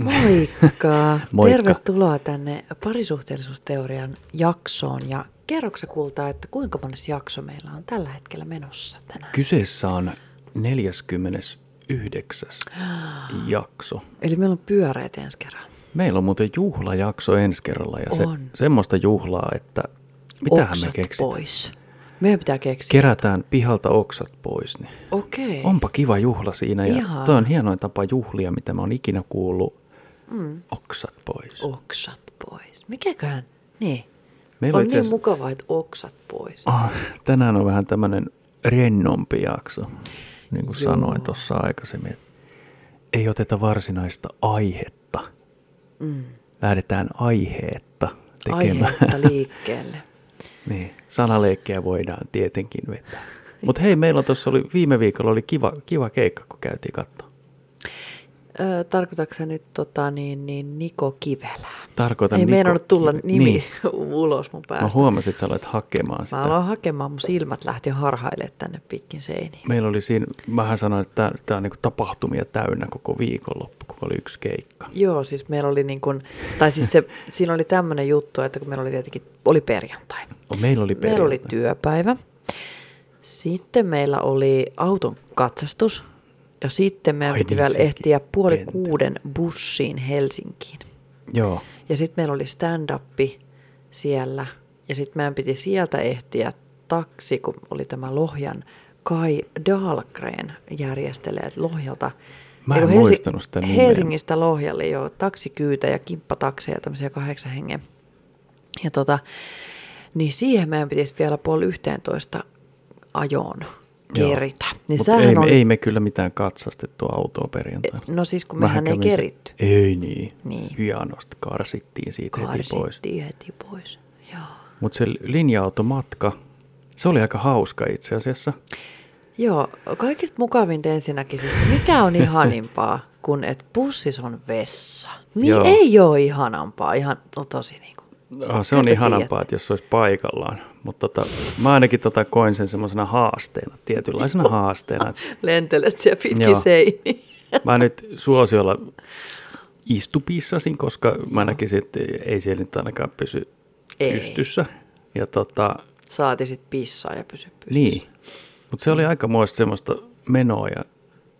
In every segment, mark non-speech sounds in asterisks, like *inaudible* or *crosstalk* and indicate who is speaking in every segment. Speaker 1: Moikka.
Speaker 2: *laughs* Moikka.
Speaker 1: Tervetuloa tänne parisuhteellisuusteorian jaksoon. Ja kerroksä kuultaa, että kuinka monessa jakso meillä on tällä hetkellä menossa tänään?
Speaker 2: Kyseessä on 49. jakso.
Speaker 1: Eli meillä on pyöreät ensi kerran.
Speaker 2: Meillä on muuten juhlajakso ensi kerralla ja se,
Speaker 1: On.
Speaker 2: semmoista juhlaa, että mitähän
Speaker 1: Oksat
Speaker 2: me keksitään.
Speaker 1: pois. Meidän pitää keksiä.
Speaker 2: Kerätään pihalta oksat pois, niin
Speaker 1: Okei.
Speaker 2: onpa kiva juhla siinä ja
Speaker 1: Ihan.
Speaker 2: toi on hienoin tapa juhlia, mitä mä oon ikinä kuullut.
Speaker 1: Mm.
Speaker 2: Oksat pois.
Speaker 1: Oksat pois. Mikäköhän? Niin.
Speaker 2: Meillä
Speaker 1: on
Speaker 2: itse
Speaker 1: niin
Speaker 2: asiassa-
Speaker 1: mukavaa, että oksat pois.
Speaker 2: Ah, tänään on vähän tämmöinen rennompi jakso, niin kuin
Speaker 1: Joo.
Speaker 2: sanoin tuossa aikaisemmin. että Ei oteta varsinaista aihetta.
Speaker 1: Mm.
Speaker 2: Lähdetään aiheetta tekemään. *laughs*
Speaker 1: Aihetta liikkeelle.
Speaker 2: niin, sanaleikkejä voidaan tietenkin vetää.
Speaker 1: Niin.
Speaker 2: Mutta hei, meillä tuossa oli, viime viikolla oli kiva, kiva keikka, kun käytiin katsoa.
Speaker 1: Ö, tarkoitatko sä nyt tota, niin, niin Niko Kivelää?
Speaker 2: Tarkoitan
Speaker 1: Ei
Speaker 2: Niko
Speaker 1: meinannut tulla
Speaker 2: Kive-
Speaker 1: nimi
Speaker 2: Niin.
Speaker 1: *laughs* ulos mun
Speaker 2: Mä
Speaker 1: päästä.
Speaker 2: huomasin, että sä olet hakemaan sitä.
Speaker 1: Mä aloin hakemaan, mun silmät lähti harhaille tänne pitkin seiniin.
Speaker 2: Meillä oli siinä, mähän sanoin, että tämä on niinku tapahtumia täynnä koko viikonloppu, kun oli yksi keikka.
Speaker 1: Joo, siis meillä oli niin kuin, tai siis se, *laughs* siinä oli tämmöinen juttu, että kun meillä oli tietenkin, oli perjantai.
Speaker 2: No, meillä oli
Speaker 1: Meillä oli
Speaker 2: perjantai.
Speaker 1: työpäivä. Sitten meillä oli auton katsastus. Ja sitten meidän
Speaker 2: Ai
Speaker 1: piti
Speaker 2: niin,
Speaker 1: vielä
Speaker 2: sekin
Speaker 1: ehtiä puoli
Speaker 2: pentä.
Speaker 1: kuuden bussiin Helsinkiin.
Speaker 2: Joo.
Speaker 1: Ja sitten meillä oli stand-up siellä. Ja sitten meidän piti sieltä ehtiä taksi, kun oli tämä Lohjan Kai Dahlgren järjestelee että Lohjalta.
Speaker 2: Mä en
Speaker 1: Eiku, Helsi-
Speaker 2: muistanut sitä nimeä.
Speaker 1: Helsingistä Lohjalle jo taksikyytä ja kimppatakseja, tämmöisiä kahdeksan hengen. Ja tota, niin siihen meidän pitäisi vielä puoli yhteentoista ajoon
Speaker 2: Joo.
Speaker 1: keritä. Niin
Speaker 2: Niin
Speaker 1: sähän
Speaker 2: ei,
Speaker 1: oli,
Speaker 2: oli... ei me kyllä mitään katsastettua autoa perjantaina.
Speaker 1: no siis kun
Speaker 2: Mähän
Speaker 1: mehän ei
Speaker 2: kävin se-
Speaker 1: keritty.
Speaker 2: Ei niin.
Speaker 1: Niin.
Speaker 2: Hienosti karsittiin siitä heti pois.
Speaker 1: Karsittiin heti pois. Joo.
Speaker 2: Mutta se linja-automatka, se oli aika hauska itse asiassa.
Speaker 1: Joo, kaikista mukavinta ensinnäkin siis, mikä on ihanimpaa kuin että bussis on vessa. Mi-
Speaker 2: Joo.
Speaker 1: ei ole ihanampaa, ihan to, tosi niin kuin.
Speaker 2: Ah, se on
Speaker 1: Kyllä te
Speaker 2: ihanampaa,
Speaker 1: tiedätte.
Speaker 2: että jos se olisi paikallaan. Mutta tota, mä ainakin tota koin sen semmoisena haasteena,
Speaker 1: *laughs*
Speaker 2: tietynlaisena haasteena. että
Speaker 1: Lentelet siellä pitkin
Speaker 2: Joo.
Speaker 1: seiniä.
Speaker 2: Mä nyt suosiolla istupissasin, koska mä näkisin, että ei siellä nyt ainakaan pysy
Speaker 1: Ei.
Speaker 2: pystyssä. Ja tota,
Speaker 1: Saati sit pissaa ja pysy pystyssä.
Speaker 2: Niin, mutta se oli aikamoista semmoista menoa ja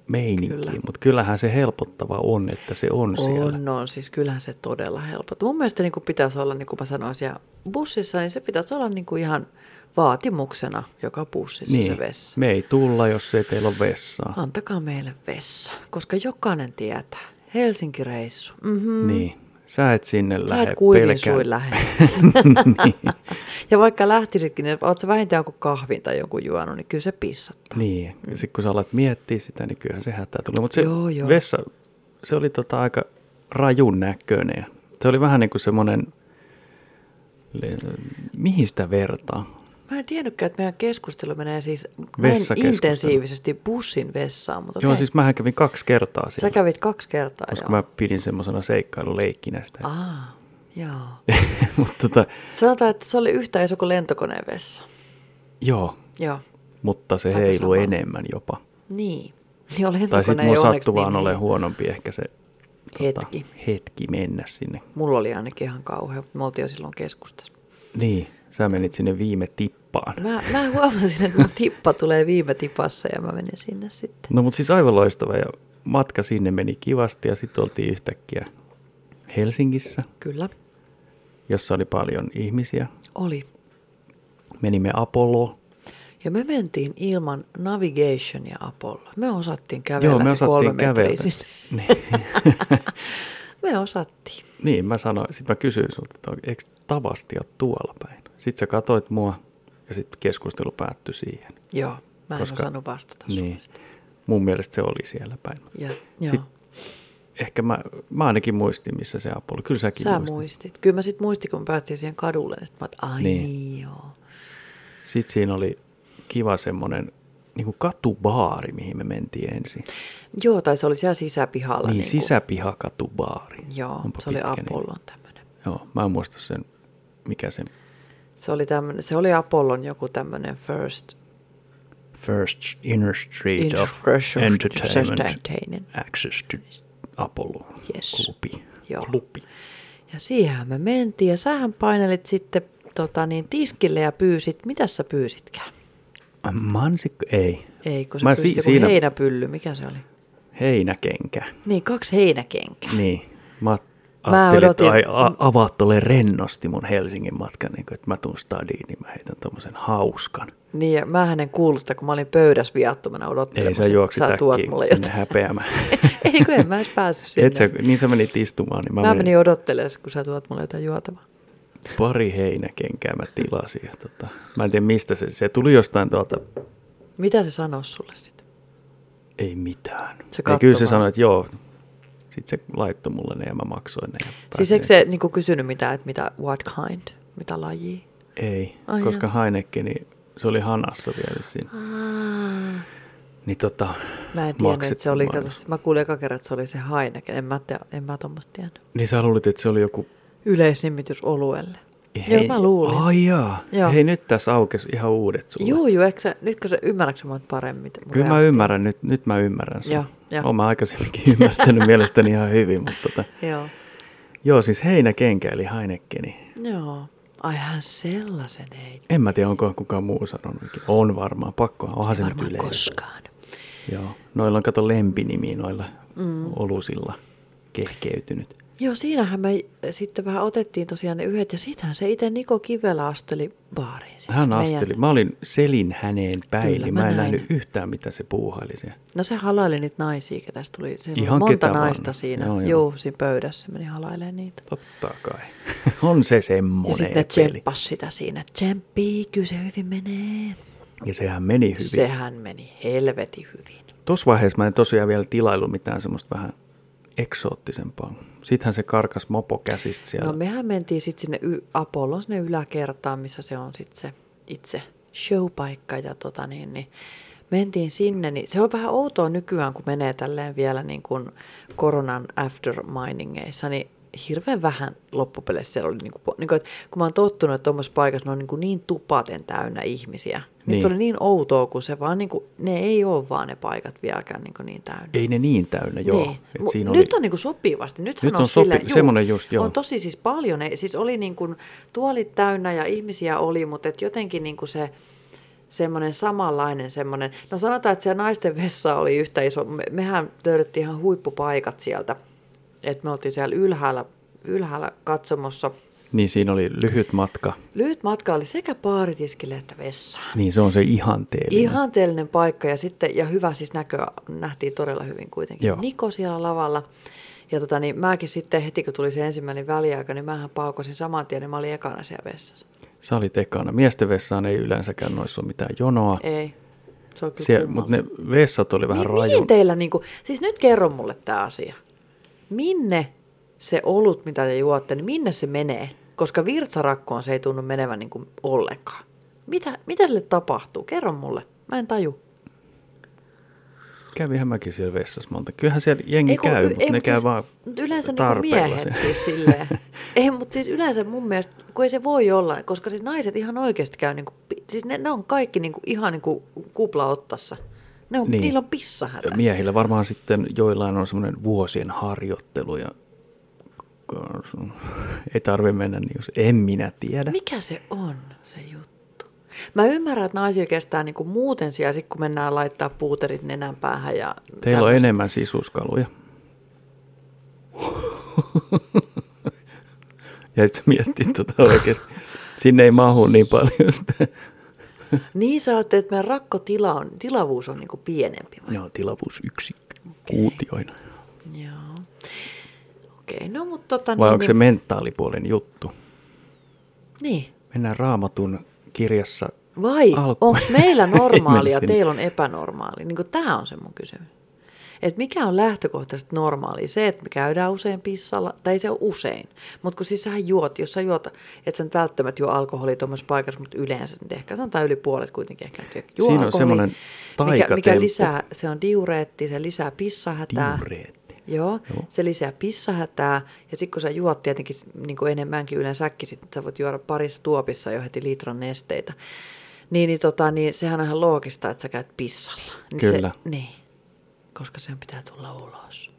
Speaker 2: meininkiä,
Speaker 1: Kyllä.
Speaker 2: mutta kyllähän se helpottava on, että se on, siellä.
Speaker 1: On, on. Siis kyllähän se todella helpottaa. Mun mielestä niin kuin pitäisi olla, niin kuin mä sanoin siellä bussissa, niin se pitäisi olla niin kuin ihan vaatimuksena joka bussissa
Speaker 2: Niin,
Speaker 1: se vessa. Ah.
Speaker 2: me ei tulla, jos ei teillä ole vessaa.
Speaker 1: Antakaa meille vessa, koska jokainen tietää. Helsinki-reissu. Mm-hmm.
Speaker 2: Niin, sä et sinne
Speaker 1: Sä
Speaker 2: lähde
Speaker 1: et kuivin
Speaker 2: pelkään- Niin.
Speaker 1: suin
Speaker 2: *laughs*
Speaker 1: lähde. *laughs* Ja vaikka lähtisitkin, niin oot sä vähintään joku kahvin tai jonkun juonut, niin kyllä se pissattaa.
Speaker 2: Niin, ja sitten kun sä alat miettiä sitä, niin kyllähän se hätää tulee. Mutta se
Speaker 1: Joo, joo.
Speaker 2: vessa, se oli tota aika rajun näköinen. ja Se oli vähän niin kuin semmoinen, le- mihin sitä vertaa?
Speaker 1: Mä en tiennytkään, että meidän keskustelu menee siis näin
Speaker 2: Vessakeskustelu.
Speaker 1: intensiivisesti bussin vessaan, mutta
Speaker 2: Joo,
Speaker 1: okei.
Speaker 2: siis mähän kävin kaksi kertaa siellä.
Speaker 1: sä kävit kaksi kertaa.
Speaker 2: koska
Speaker 1: joo. Ah.
Speaker 2: mä pidin semmoisena seikkailuleikkinä sitä. *laughs*
Speaker 1: Aa, joo.
Speaker 2: mutta tota,
Speaker 1: Sanotaan, että se oli yhtä iso kuin lentokoneen vessa.
Speaker 2: joo,
Speaker 1: Joo,
Speaker 2: mutta se
Speaker 1: Aika
Speaker 2: heilu
Speaker 1: sama.
Speaker 2: enemmän jopa.
Speaker 1: niin. *laughs* Joo,
Speaker 2: Tai
Speaker 1: lentokone
Speaker 2: sitten
Speaker 1: ei
Speaker 2: mua
Speaker 1: onneksi
Speaker 2: sattui vaan
Speaker 1: niin,
Speaker 2: ole
Speaker 1: niin.
Speaker 2: huonompi ehkä se tota,
Speaker 1: Hetki.
Speaker 2: hetki mennä sinne.
Speaker 1: Mulla oli ainakin ihan kauhea, mutta me oltiin jo silloin keskustassa.
Speaker 2: Niin, sä menit sinne viime tippaan.
Speaker 1: Mä, mä huomasin, että mun tippa tulee viime tipassa ja mä menin sinne sitten.
Speaker 2: No mutta siis aivan loistava ja matka sinne meni kivasti ja sitten oltiin yhtäkkiä Helsingissä,
Speaker 1: Kyllä,
Speaker 2: jossa oli paljon ihmisiä.
Speaker 1: oli.
Speaker 2: Menimme Apolloon.
Speaker 1: Ja me mentiin ilman navigation ja Apollo. Me osattiin kävellä
Speaker 2: Joo, me
Speaker 1: se kolme
Speaker 2: osattiin kävellä.
Speaker 1: metriä sinne.
Speaker 2: Niin.
Speaker 1: *laughs* me osattiin.
Speaker 2: Niin, mä sanoin, sit mä kysyin sulta, että on- eikö tavasti ole tuolla päin? Sit sä katoit mua ja sit keskustelu päättyi siihen.
Speaker 1: Joo, mä en
Speaker 2: Koska-
Speaker 1: osannut vastata niin.
Speaker 2: Niin.
Speaker 1: Suomesta.
Speaker 2: Mun mielestä se oli siellä päin.
Speaker 1: Ja, joo,
Speaker 2: Sit Ehkä mä, mä ainakin muistin, missä se apu oli. Kyllä säkin
Speaker 1: sä
Speaker 2: muistit.
Speaker 1: muistit. Kyllä mä sit muistin, kun me päästiin siihen kadulle. Niin sit mä oot, ai niin.
Speaker 2: Niin.
Speaker 1: niin joo.
Speaker 2: Sitten siinä oli kiva semmonen niin kuin katubaari, mihin me mentiin ensin.
Speaker 1: Joo, tai se oli siellä sisäpihalla.
Speaker 2: niin,
Speaker 1: kuin-
Speaker 2: sisäpihakatubaari.
Speaker 1: niinku- Joo,
Speaker 2: Onpa
Speaker 1: se oli
Speaker 2: pitkä nimi.
Speaker 1: Apollon tämmönen.
Speaker 2: Joo, mä en muista sen, mikä se
Speaker 1: Se oli, tämmönen, se oli Apollon joku tämmönen first
Speaker 2: First Inner Street of
Speaker 1: Infrastructure
Speaker 2: Entertainment
Speaker 1: Entertainment.
Speaker 2: Access to Apollo
Speaker 1: Yes.
Speaker 2: klubi.
Speaker 1: Joo.
Speaker 2: klubi.
Speaker 1: Ja siihen me mentiin ja sähän painelit sitten tota, niin, tiskille ja pyysit, mitä sä pyysitkään?
Speaker 2: Mansikko ei.
Speaker 1: Ei, kun sä
Speaker 2: Mä
Speaker 1: Mä
Speaker 2: si-
Speaker 1: pyysit si-
Speaker 2: siinä-
Speaker 1: siinä... heinäpylly, mikä se oli?
Speaker 2: Heinäkenkä.
Speaker 1: Niin, kaksi heinäkenkää.
Speaker 2: Niin. Mä ajattelin,
Speaker 1: odotin-
Speaker 2: että ai, a, avaat tolle rennosti mun Helsingin matkan, niin kuin, että mä tuun stadiin, niin mä heitän tommosen hauskan.
Speaker 1: Niin, ja mä en kuullut sitä, kun mä olin pöydässä viattomana odottelemassa.
Speaker 2: Ei sä juoksit
Speaker 1: sä tuot
Speaker 2: äkkiä
Speaker 1: mulle
Speaker 2: sinne
Speaker 1: jotain.
Speaker 2: häpeämään.
Speaker 1: *laughs* Ei, kun en mä edes päässyt sinne.
Speaker 2: Et sä, niin sä menit istumaan, niin mä,
Speaker 1: mä menin odottelemaan, kun sä tuot mulle jotain juotavaa.
Speaker 2: pari heinäkenkää mä tilasin. Ja tota, mä en tiedä mistä se, se tuli jostain tuolta,
Speaker 1: Mitä se sanoi sulle sitten?
Speaker 2: ei mitään.
Speaker 1: Se
Speaker 2: ja kyllä se
Speaker 1: kattoi vaan.
Speaker 2: sanoi, että joo. Sitten se laittoi mulle ne ja mä maksoin ne. ja
Speaker 1: Siis
Speaker 2: pääsin-
Speaker 1: eikö se niinku kysynyt mitään, että mitä, what kind, mitä lajia?
Speaker 2: Ei,
Speaker 1: Ai
Speaker 2: koska
Speaker 1: joo.
Speaker 2: Heineken, niin se oli hanassa vielä siinä.
Speaker 1: Ah.
Speaker 2: Niin tota,
Speaker 1: Mä en tiennyt,
Speaker 2: maksettu
Speaker 1: että se oli,
Speaker 2: mainos.
Speaker 1: kato, mä kuulin eka kerran, että se oli se Heineken. En mä, te, en mä tuommoista tiennyt.
Speaker 2: Niin sä luulit, että se oli joku...
Speaker 1: Yleisnimitys oluelle. Joo, mä luulin.
Speaker 2: Ai jaa.
Speaker 1: Joo.
Speaker 2: Hei, nyt tässä aukesi ihan uudet sulle.
Speaker 1: Juu, juu, eikö sä, nyt kun sä ymmärrätkö sä mut paremmin? mun
Speaker 2: Kyllä mä
Speaker 1: reaktio?
Speaker 2: ymmärrän, nyt, nyt mä ymmärrän sen.
Speaker 1: Joo, joo.
Speaker 2: Olen mä aikaisemminkin *laughs* ymmärtänyt mielestäni ihan hyvin, mutta tota,
Speaker 1: Joo.
Speaker 2: joo siis heinäkenkä eli Heinekeni.
Speaker 1: Joo. Aihän sellaisen ei
Speaker 2: En mä tiedä, onko kukaan muu sanonut. ikinä. On varmaan, pakkohan, onhan se nyt
Speaker 1: varmaan
Speaker 2: yleensä.
Speaker 1: koskaan.
Speaker 2: Joo, noilla on kato lempinimi noilla
Speaker 1: Mm.
Speaker 2: olusilla kehkeytynyt.
Speaker 1: Joo, siinähän me sitten vähän otettiin tosiaan ne yhdet, ja sitähän se itse Niko Kivelä asteli baariin. sinne
Speaker 2: Hän
Speaker 1: meidän-
Speaker 2: asteli. Mä olin selin häneen päin,
Speaker 1: Kyllä,
Speaker 2: mä,
Speaker 1: mä
Speaker 2: mä en
Speaker 1: näin.
Speaker 2: nähnyt yhtään, mitä se puuhaili siellä.
Speaker 1: No se halaili niitä naisia, ketä tässä tuli. Siellä
Speaker 2: Ihan
Speaker 1: Ihan
Speaker 2: ketä
Speaker 1: monta
Speaker 2: vaan.
Speaker 1: naista siinä.
Speaker 2: Joo,
Speaker 1: Joo,
Speaker 2: joo.
Speaker 1: joo. Juu, siinä pöydässä meni halailemaan niitä.
Speaker 2: Totta
Speaker 1: *laughs*
Speaker 2: kai. On se
Speaker 1: Ja
Speaker 2: semmoinen
Speaker 1: sitten ne
Speaker 2: peli.
Speaker 1: tsemppas sitä siinä. Tsemppii, kyllä se hyvin menee.
Speaker 2: Ja sehän meni hyvin.
Speaker 1: Hyvin.
Speaker 2: Se.
Speaker 1: Sehän meni helvetin hyvin.
Speaker 2: Tuossa vaiheessa mä en tosiaan vielä tilaillut mitään semmoista vähän eksoottisempaa. Sittenhän se karkas mopo käsistä siellä.
Speaker 1: No mehän mentiin sitten sinne y- Apollon sinne yläkertaan, missä se on sitten se itse showpaikka ja tota niin, niin mentiin sinne, niin se on vähän outoa nykyään, kun menee tälleen vielä niin kuin koronan afterminingeissa, niin hirveän vähän loppupeleissä siellä oli, niin kuin, niin kuin, että kun mä oon tottunut, että tuommoisessa paikassa ne on niin, kuin niin tupaten täynnä ihmisiä. Niin.
Speaker 2: Niin.
Speaker 1: Nyt oli niin outoa, kun se vaan niin kuin, ne ei ole vaan ne paikat vieläkään niin, kuin niin täynnä.
Speaker 2: Ei ne niin täynnä, joo.
Speaker 1: Niin.
Speaker 2: Et
Speaker 1: Mu-
Speaker 2: siinä
Speaker 1: nyt
Speaker 2: oli...
Speaker 1: on niinku sopivasti. Nythän
Speaker 2: Nyt
Speaker 1: on,
Speaker 2: on sopi-
Speaker 1: sillä, juu,
Speaker 2: semmonen just, joo.
Speaker 1: On tosi siis paljon. Ei, siis oli niinku tuolit täynnä ja ihmisiä oli, mutta et jotenkin niinku se semmoinen samanlainen semmoinen. No sanotaan, että siellä naisten vessa oli yhtä iso. Me, mehän löydettiin ihan huippupaikat sieltä. Et me oltiin siellä ylhäällä, ylhäällä katsomossa.
Speaker 2: Niin siinä oli lyhyt matka.
Speaker 1: Lyhyt matka oli sekä baaritiskille että vessaan.
Speaker 2: Niin se on se ihanteellinen.
Speaker 1: Ihanteellinen paikka ja sitten, ja hyvä siis näkö, nähtiin todella hyvin kuitenkin.
Speaker 2: Joo.
Speaker 1: Joo. Niko siellä lavalla. Ja tota, niin mäkin sitten heti, kun tuli se ensimmäinen väliaika, niin mähän paukosin saman tien, niin mä olin ekana siellä vessassa.
Speaker 2: Sä olit ekana. Miesten vessaan ei yleensäkään noissa ole mitään jonoa.
Speaker 1: Ei, se on kyllä
Speaker 2: Siellä, mutta Ah. ne vessat oli
Speaker 1: Mi-
Speaker 2: vähän rajun.
Speaker 1: Mihin teillä, niin kuin, siis nyt kerro mulle tämä asia. Minne se olut, mitä te juotte, niin minne se menee? Koska virtsarakkoon se ei tunnu menevän niin kuin ollenkaan. Mitä, mitä sille tapahtuu? Kerro mulle. Mä en taju.
Speaker 2: Kävihän mäkin siellä vessassa monta. Kyllähän siellä jengi
Speaker 1: Ei
Speaker 2: ei,
Speaker 1: kun-
Speaker 2: käy,
Speaker 1: y-
Speaker 2: mutta
Speaker 1: ei,
Speaker 2: ne
Speaker 1: mut
Speaker 2: käy
Speaker 1: siis
Speaker 2: vaan
Speaker 1: nyt Yleensä niinku
Speaker 2: tarpeella
Speaker 1: miehet
Speaker 2: siellä.
Speaker 1: siis
Speaker 2: *laughs*
Speaker 1: silleen. ei, mutta siis yleensä mun mielestä, kun ei se voi olla, koska siis naiset ihan oikeasti käy, niinku, pi- siis ne, ne on kaikki niinku, ihan niinku kupla ottassa. Ne on,
Speaker 2: Niin.
Speaker 1: niin. Niillä on pissahätä.
Speaker 2: Ja Miehillä varmaan sitten joillain on semmoinen vuosien harjoittelu ja ei tarvi mennä niin, jos en minä tiedä.
Speaker 1: Mikä se on se juttu? Mä ymmärrän, että naisilla kestää niinku muuten siellä, sit kun mennään laittaa puuterit nenän päähän. Ja
Speaker 2: Teillä on
Speaker 1: tämmöset.
Speaker 2: enemmän sisuskaluja. *laughs* ja sitten miettii tota oikeasti. Sinne ei mahu niin paljon sitä.
Speaker 1: Niin sä ajattelet, että meidän rakkotila on, tilavuus on niinku pienempi. vai?
Speaker 2: Ne on tilavuusyksikkö kuutioina.
Speaker 1: Joo. Okei, okay, no mutta tota...
Speaker 2: Vai
Speaker 1: niin,
Speaker 2: onko se
Speaker 1: niin-
Speaker 2: mentaalipuolen juttu?
Speaker 1: Niin.
Speaker 2: Mennään raamatun kirjassa.
Speaker 1: Vai
Speaker 2: Alku-
Speaker 1: onko meillä
Speaker 2: *laughs* Ei mennä
Speaker 1: normaali ja
Speaker 2: sinne.
Speaker 1: teillä on epänormaali? Niin tämä on se mun kysymys. Et mikä on lähtökohtaisesti normaali? Se, että me käydään usein pissalla, tai ei se on usein. Mutta kun siis sähän juot, jos sä juot, et sä nyt välttämättä juo alkoholia tuommoisessa paikassa, mutta yleensä nyt ehkä sanotaan yli puolet kuitenkin ehkä nyt juo
Speaker 2: Siinä on
Speaker 1: alkoholia,
Speaker 2: semmoinen
Speaker 1: mikä,
Speaker 2: taikatemppu.
Speaker 1: mikä lisää, se on diureetti, se lisää pissahätää.
Speaker 2: Diureetti.
Speaker 1: Joo,
Speaker 2: Joo.
Speaker 1: Joo, se lisää pissahätää ja sitten kun sä juot tietenkin niin kuin enemmänkin yleensäkin, sit sä voit juoda parissa tuopissa jo heti litran nesteitä, niin, niin, tota, niin sehän on ihan loogista, että sä käyt pissalla. Niin
Speaker 2: Kyllä.
Speaker 1: Se, niin, koska sen pitää tulla ulos.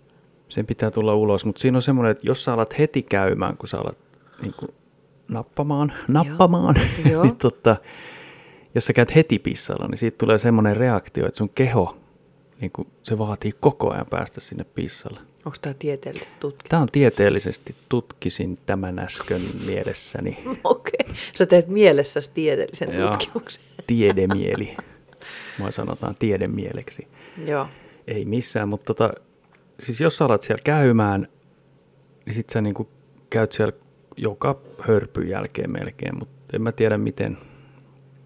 Speaker 2: sen pitää tulla ulos, mutta siinä on semmoinen, että jos sä alat heti käymään, kun sä alat niin kuin, nappamaan, nappamaan, *laughs*
Speaker 1: Joo.
Speaker 2: niin totta, jos sä käyt heti pissalla, niin siitä tulee semmoinen reaktio, että sun keho, niin kuin, se vaatii koko ajan päästä sinne pissalle.
Speaker 1: Onko tämä tieteellisesti tutkittu?
Speaker 2: Tämä on tieteellisesti, tutkisin tämän äsken mielessäni.
Speaker 1: *laughs* Okei, sä teet mielessäsi tieteellisen
Speaker 2: Joo.
Speaker 1: tutkimuksen.
Speaker 2: Tiedemieli. Mua sanotaan tiedemieleksi.
Speaker 1: Joo,
Speaker 2: Ei missään, mutta tota, siis jos sä alat siellä käymään, niin sit sä niinku käyt siellä joka hörpyn jälkeen melkein, mutta en mä tiedä miten.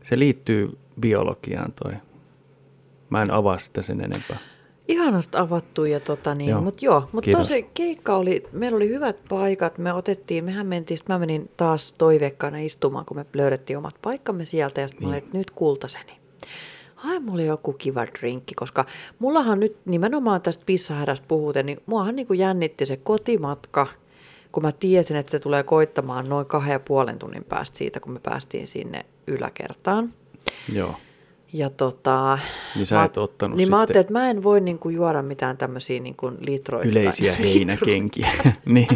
Speaker 2: Se liittyy biologiaan toi. Mä en avaa sitä sen enempää.
Speaker 1: ihanasti avattu ja tota niin,
Speaker 2: Joo.
Speaker 1: mutta joo, mutta
Speaker 2: Kiitos.
Speaker 1: tosi keikka oli, meillä oli hyvät paikat, me otettiin, mehän mentiin, sit mä menin taas toiveikkaana istumaan, kun me löydettiin omat paikkamme sieltä ja sitten niin. mä
Speaker 2: Niin.
Speaker 1: olin, että nyt kultaseni. Hae mulle joku kiva drinkki, koska mullahan nyt nimenomaan tästä pissahädästä puhuten, niin muahan niin kuin jännitti se kotimatka, kun mä tiesin, että se tulee koittamaan noin kahden ja puolen tunnin päästä siitä, kun me päästiin sinne yläkertaan.
Speaker 2: Joo.
Speaker 1: Ja tota,
Speaker 2: Niin sä
Speaker 1: mä-
Speaker 2: et ottanut
Speaker 1: niin mä
Speaker 2: sitten-
Speaker 1: ajattelin, että mä en voi niinku juoda mitään tämmöisiä niinku litroita.
Speaker 2: Yleisiä
Speaker 1: Litro-
Speaker 2: heinäkenkiä. niin.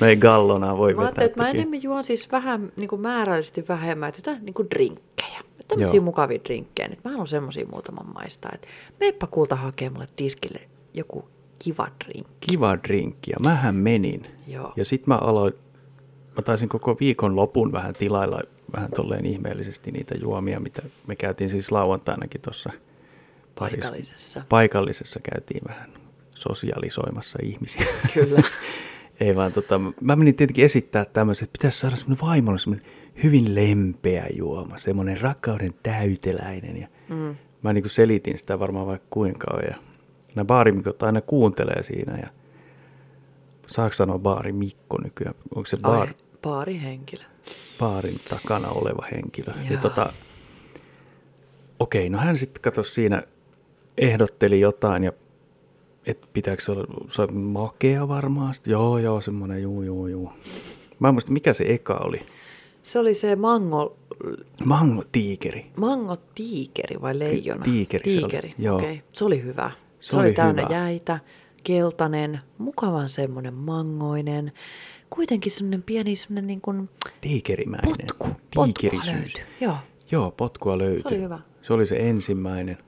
Speaker 2: No ei gallonaa voi
Speaker 1: Mä
Speaker 2: vetää.
Speaker 1: ajattelin, että mä
Speaker 2: toki.
Speaker 1: enemmän juon siis vähän niinku määrällisesti vähemmän, että jotain niinku drinkkejä. Tämmöisiä
Speaker 2: Joo.
Speaker 1: mukavia drinkkejä. Nyt mä haluan semmoisia muutaman maistaa. Että meipä kulta hakee mulle tiskille joku kiva drinkki.
Speaker 2: kiva drinkki ja mähän menin.
Speaker 1: Joo.
Speaker 2: Ja sit mä aloin, mä taisin koko viikon lopun vähän tilailla vähän tolleen ihmeellisesti niitä juomia, mitä me käytiin siis lauantainakin tuossa Paris-
Speaker 1: Paikallisessa.
Speaker 2: paikallisessa käytiin vähän sosialisoimassa ihmisiä.
Speaker 1: *laughs* Kyllä.
Speaker 2: Ei vaan tota, mä menin tietenkin esittää tämmöiset, että pitäisi saada semmoinen vaimolle semmoinen hyvin lempeä juoma, semmoinen rakkauden täyteläinen. Ja mm. Mä niin selitin sitä varmaan vaikka kuinka on. Ja nämä baarimikot aina kuuntelee siinä ja saako sanoa baari Mikko nykyään? Onko se baari?
Speaker 1: Ai, Baari henkilö.
Speaker 2: baarin takana oleva henkilö. Ja
Speaker 1: Joo.
Speaker 2: tota, okei, no hän sitten katsoi siinä, ehdotteli jotain ja että pitääkö se olla, se on makea varmaan. Sit, joo, joo, semmoinen, juu, juu, juu. Mä en muista, mikä se eka oli.
Speaker 1: Se oli se mango,
Speaker 2: Mango tiikeri.
Speaker 1: mango tiikeri vai leijona?
Speaker 2: tiikeri se oli,
Speaker 1: tiikeri.
Speaker 2: joo.
Speaker 1: Okei, se oli hyvä. Se, se
Speaker 2: oli
Speaker 1: oli, täynnä
Speaker 2: hyvä.
Speaker 1: jäitä, keltainen, mukavan semmoinen mangoinen, kuitenkin semmoinen pieni semmoinen niin kuin
Speaker 2: Tiikerimäinen.
Speaker 1: potku, potkua
Speaker 2: Tiikerisyys.
Speaker 1: löytyi. Joo,
Speaker 2: Joo, potkua löytyi.
Speaker 1: oli hyvä.
Speaker 2: Se oli se ensimmäinen.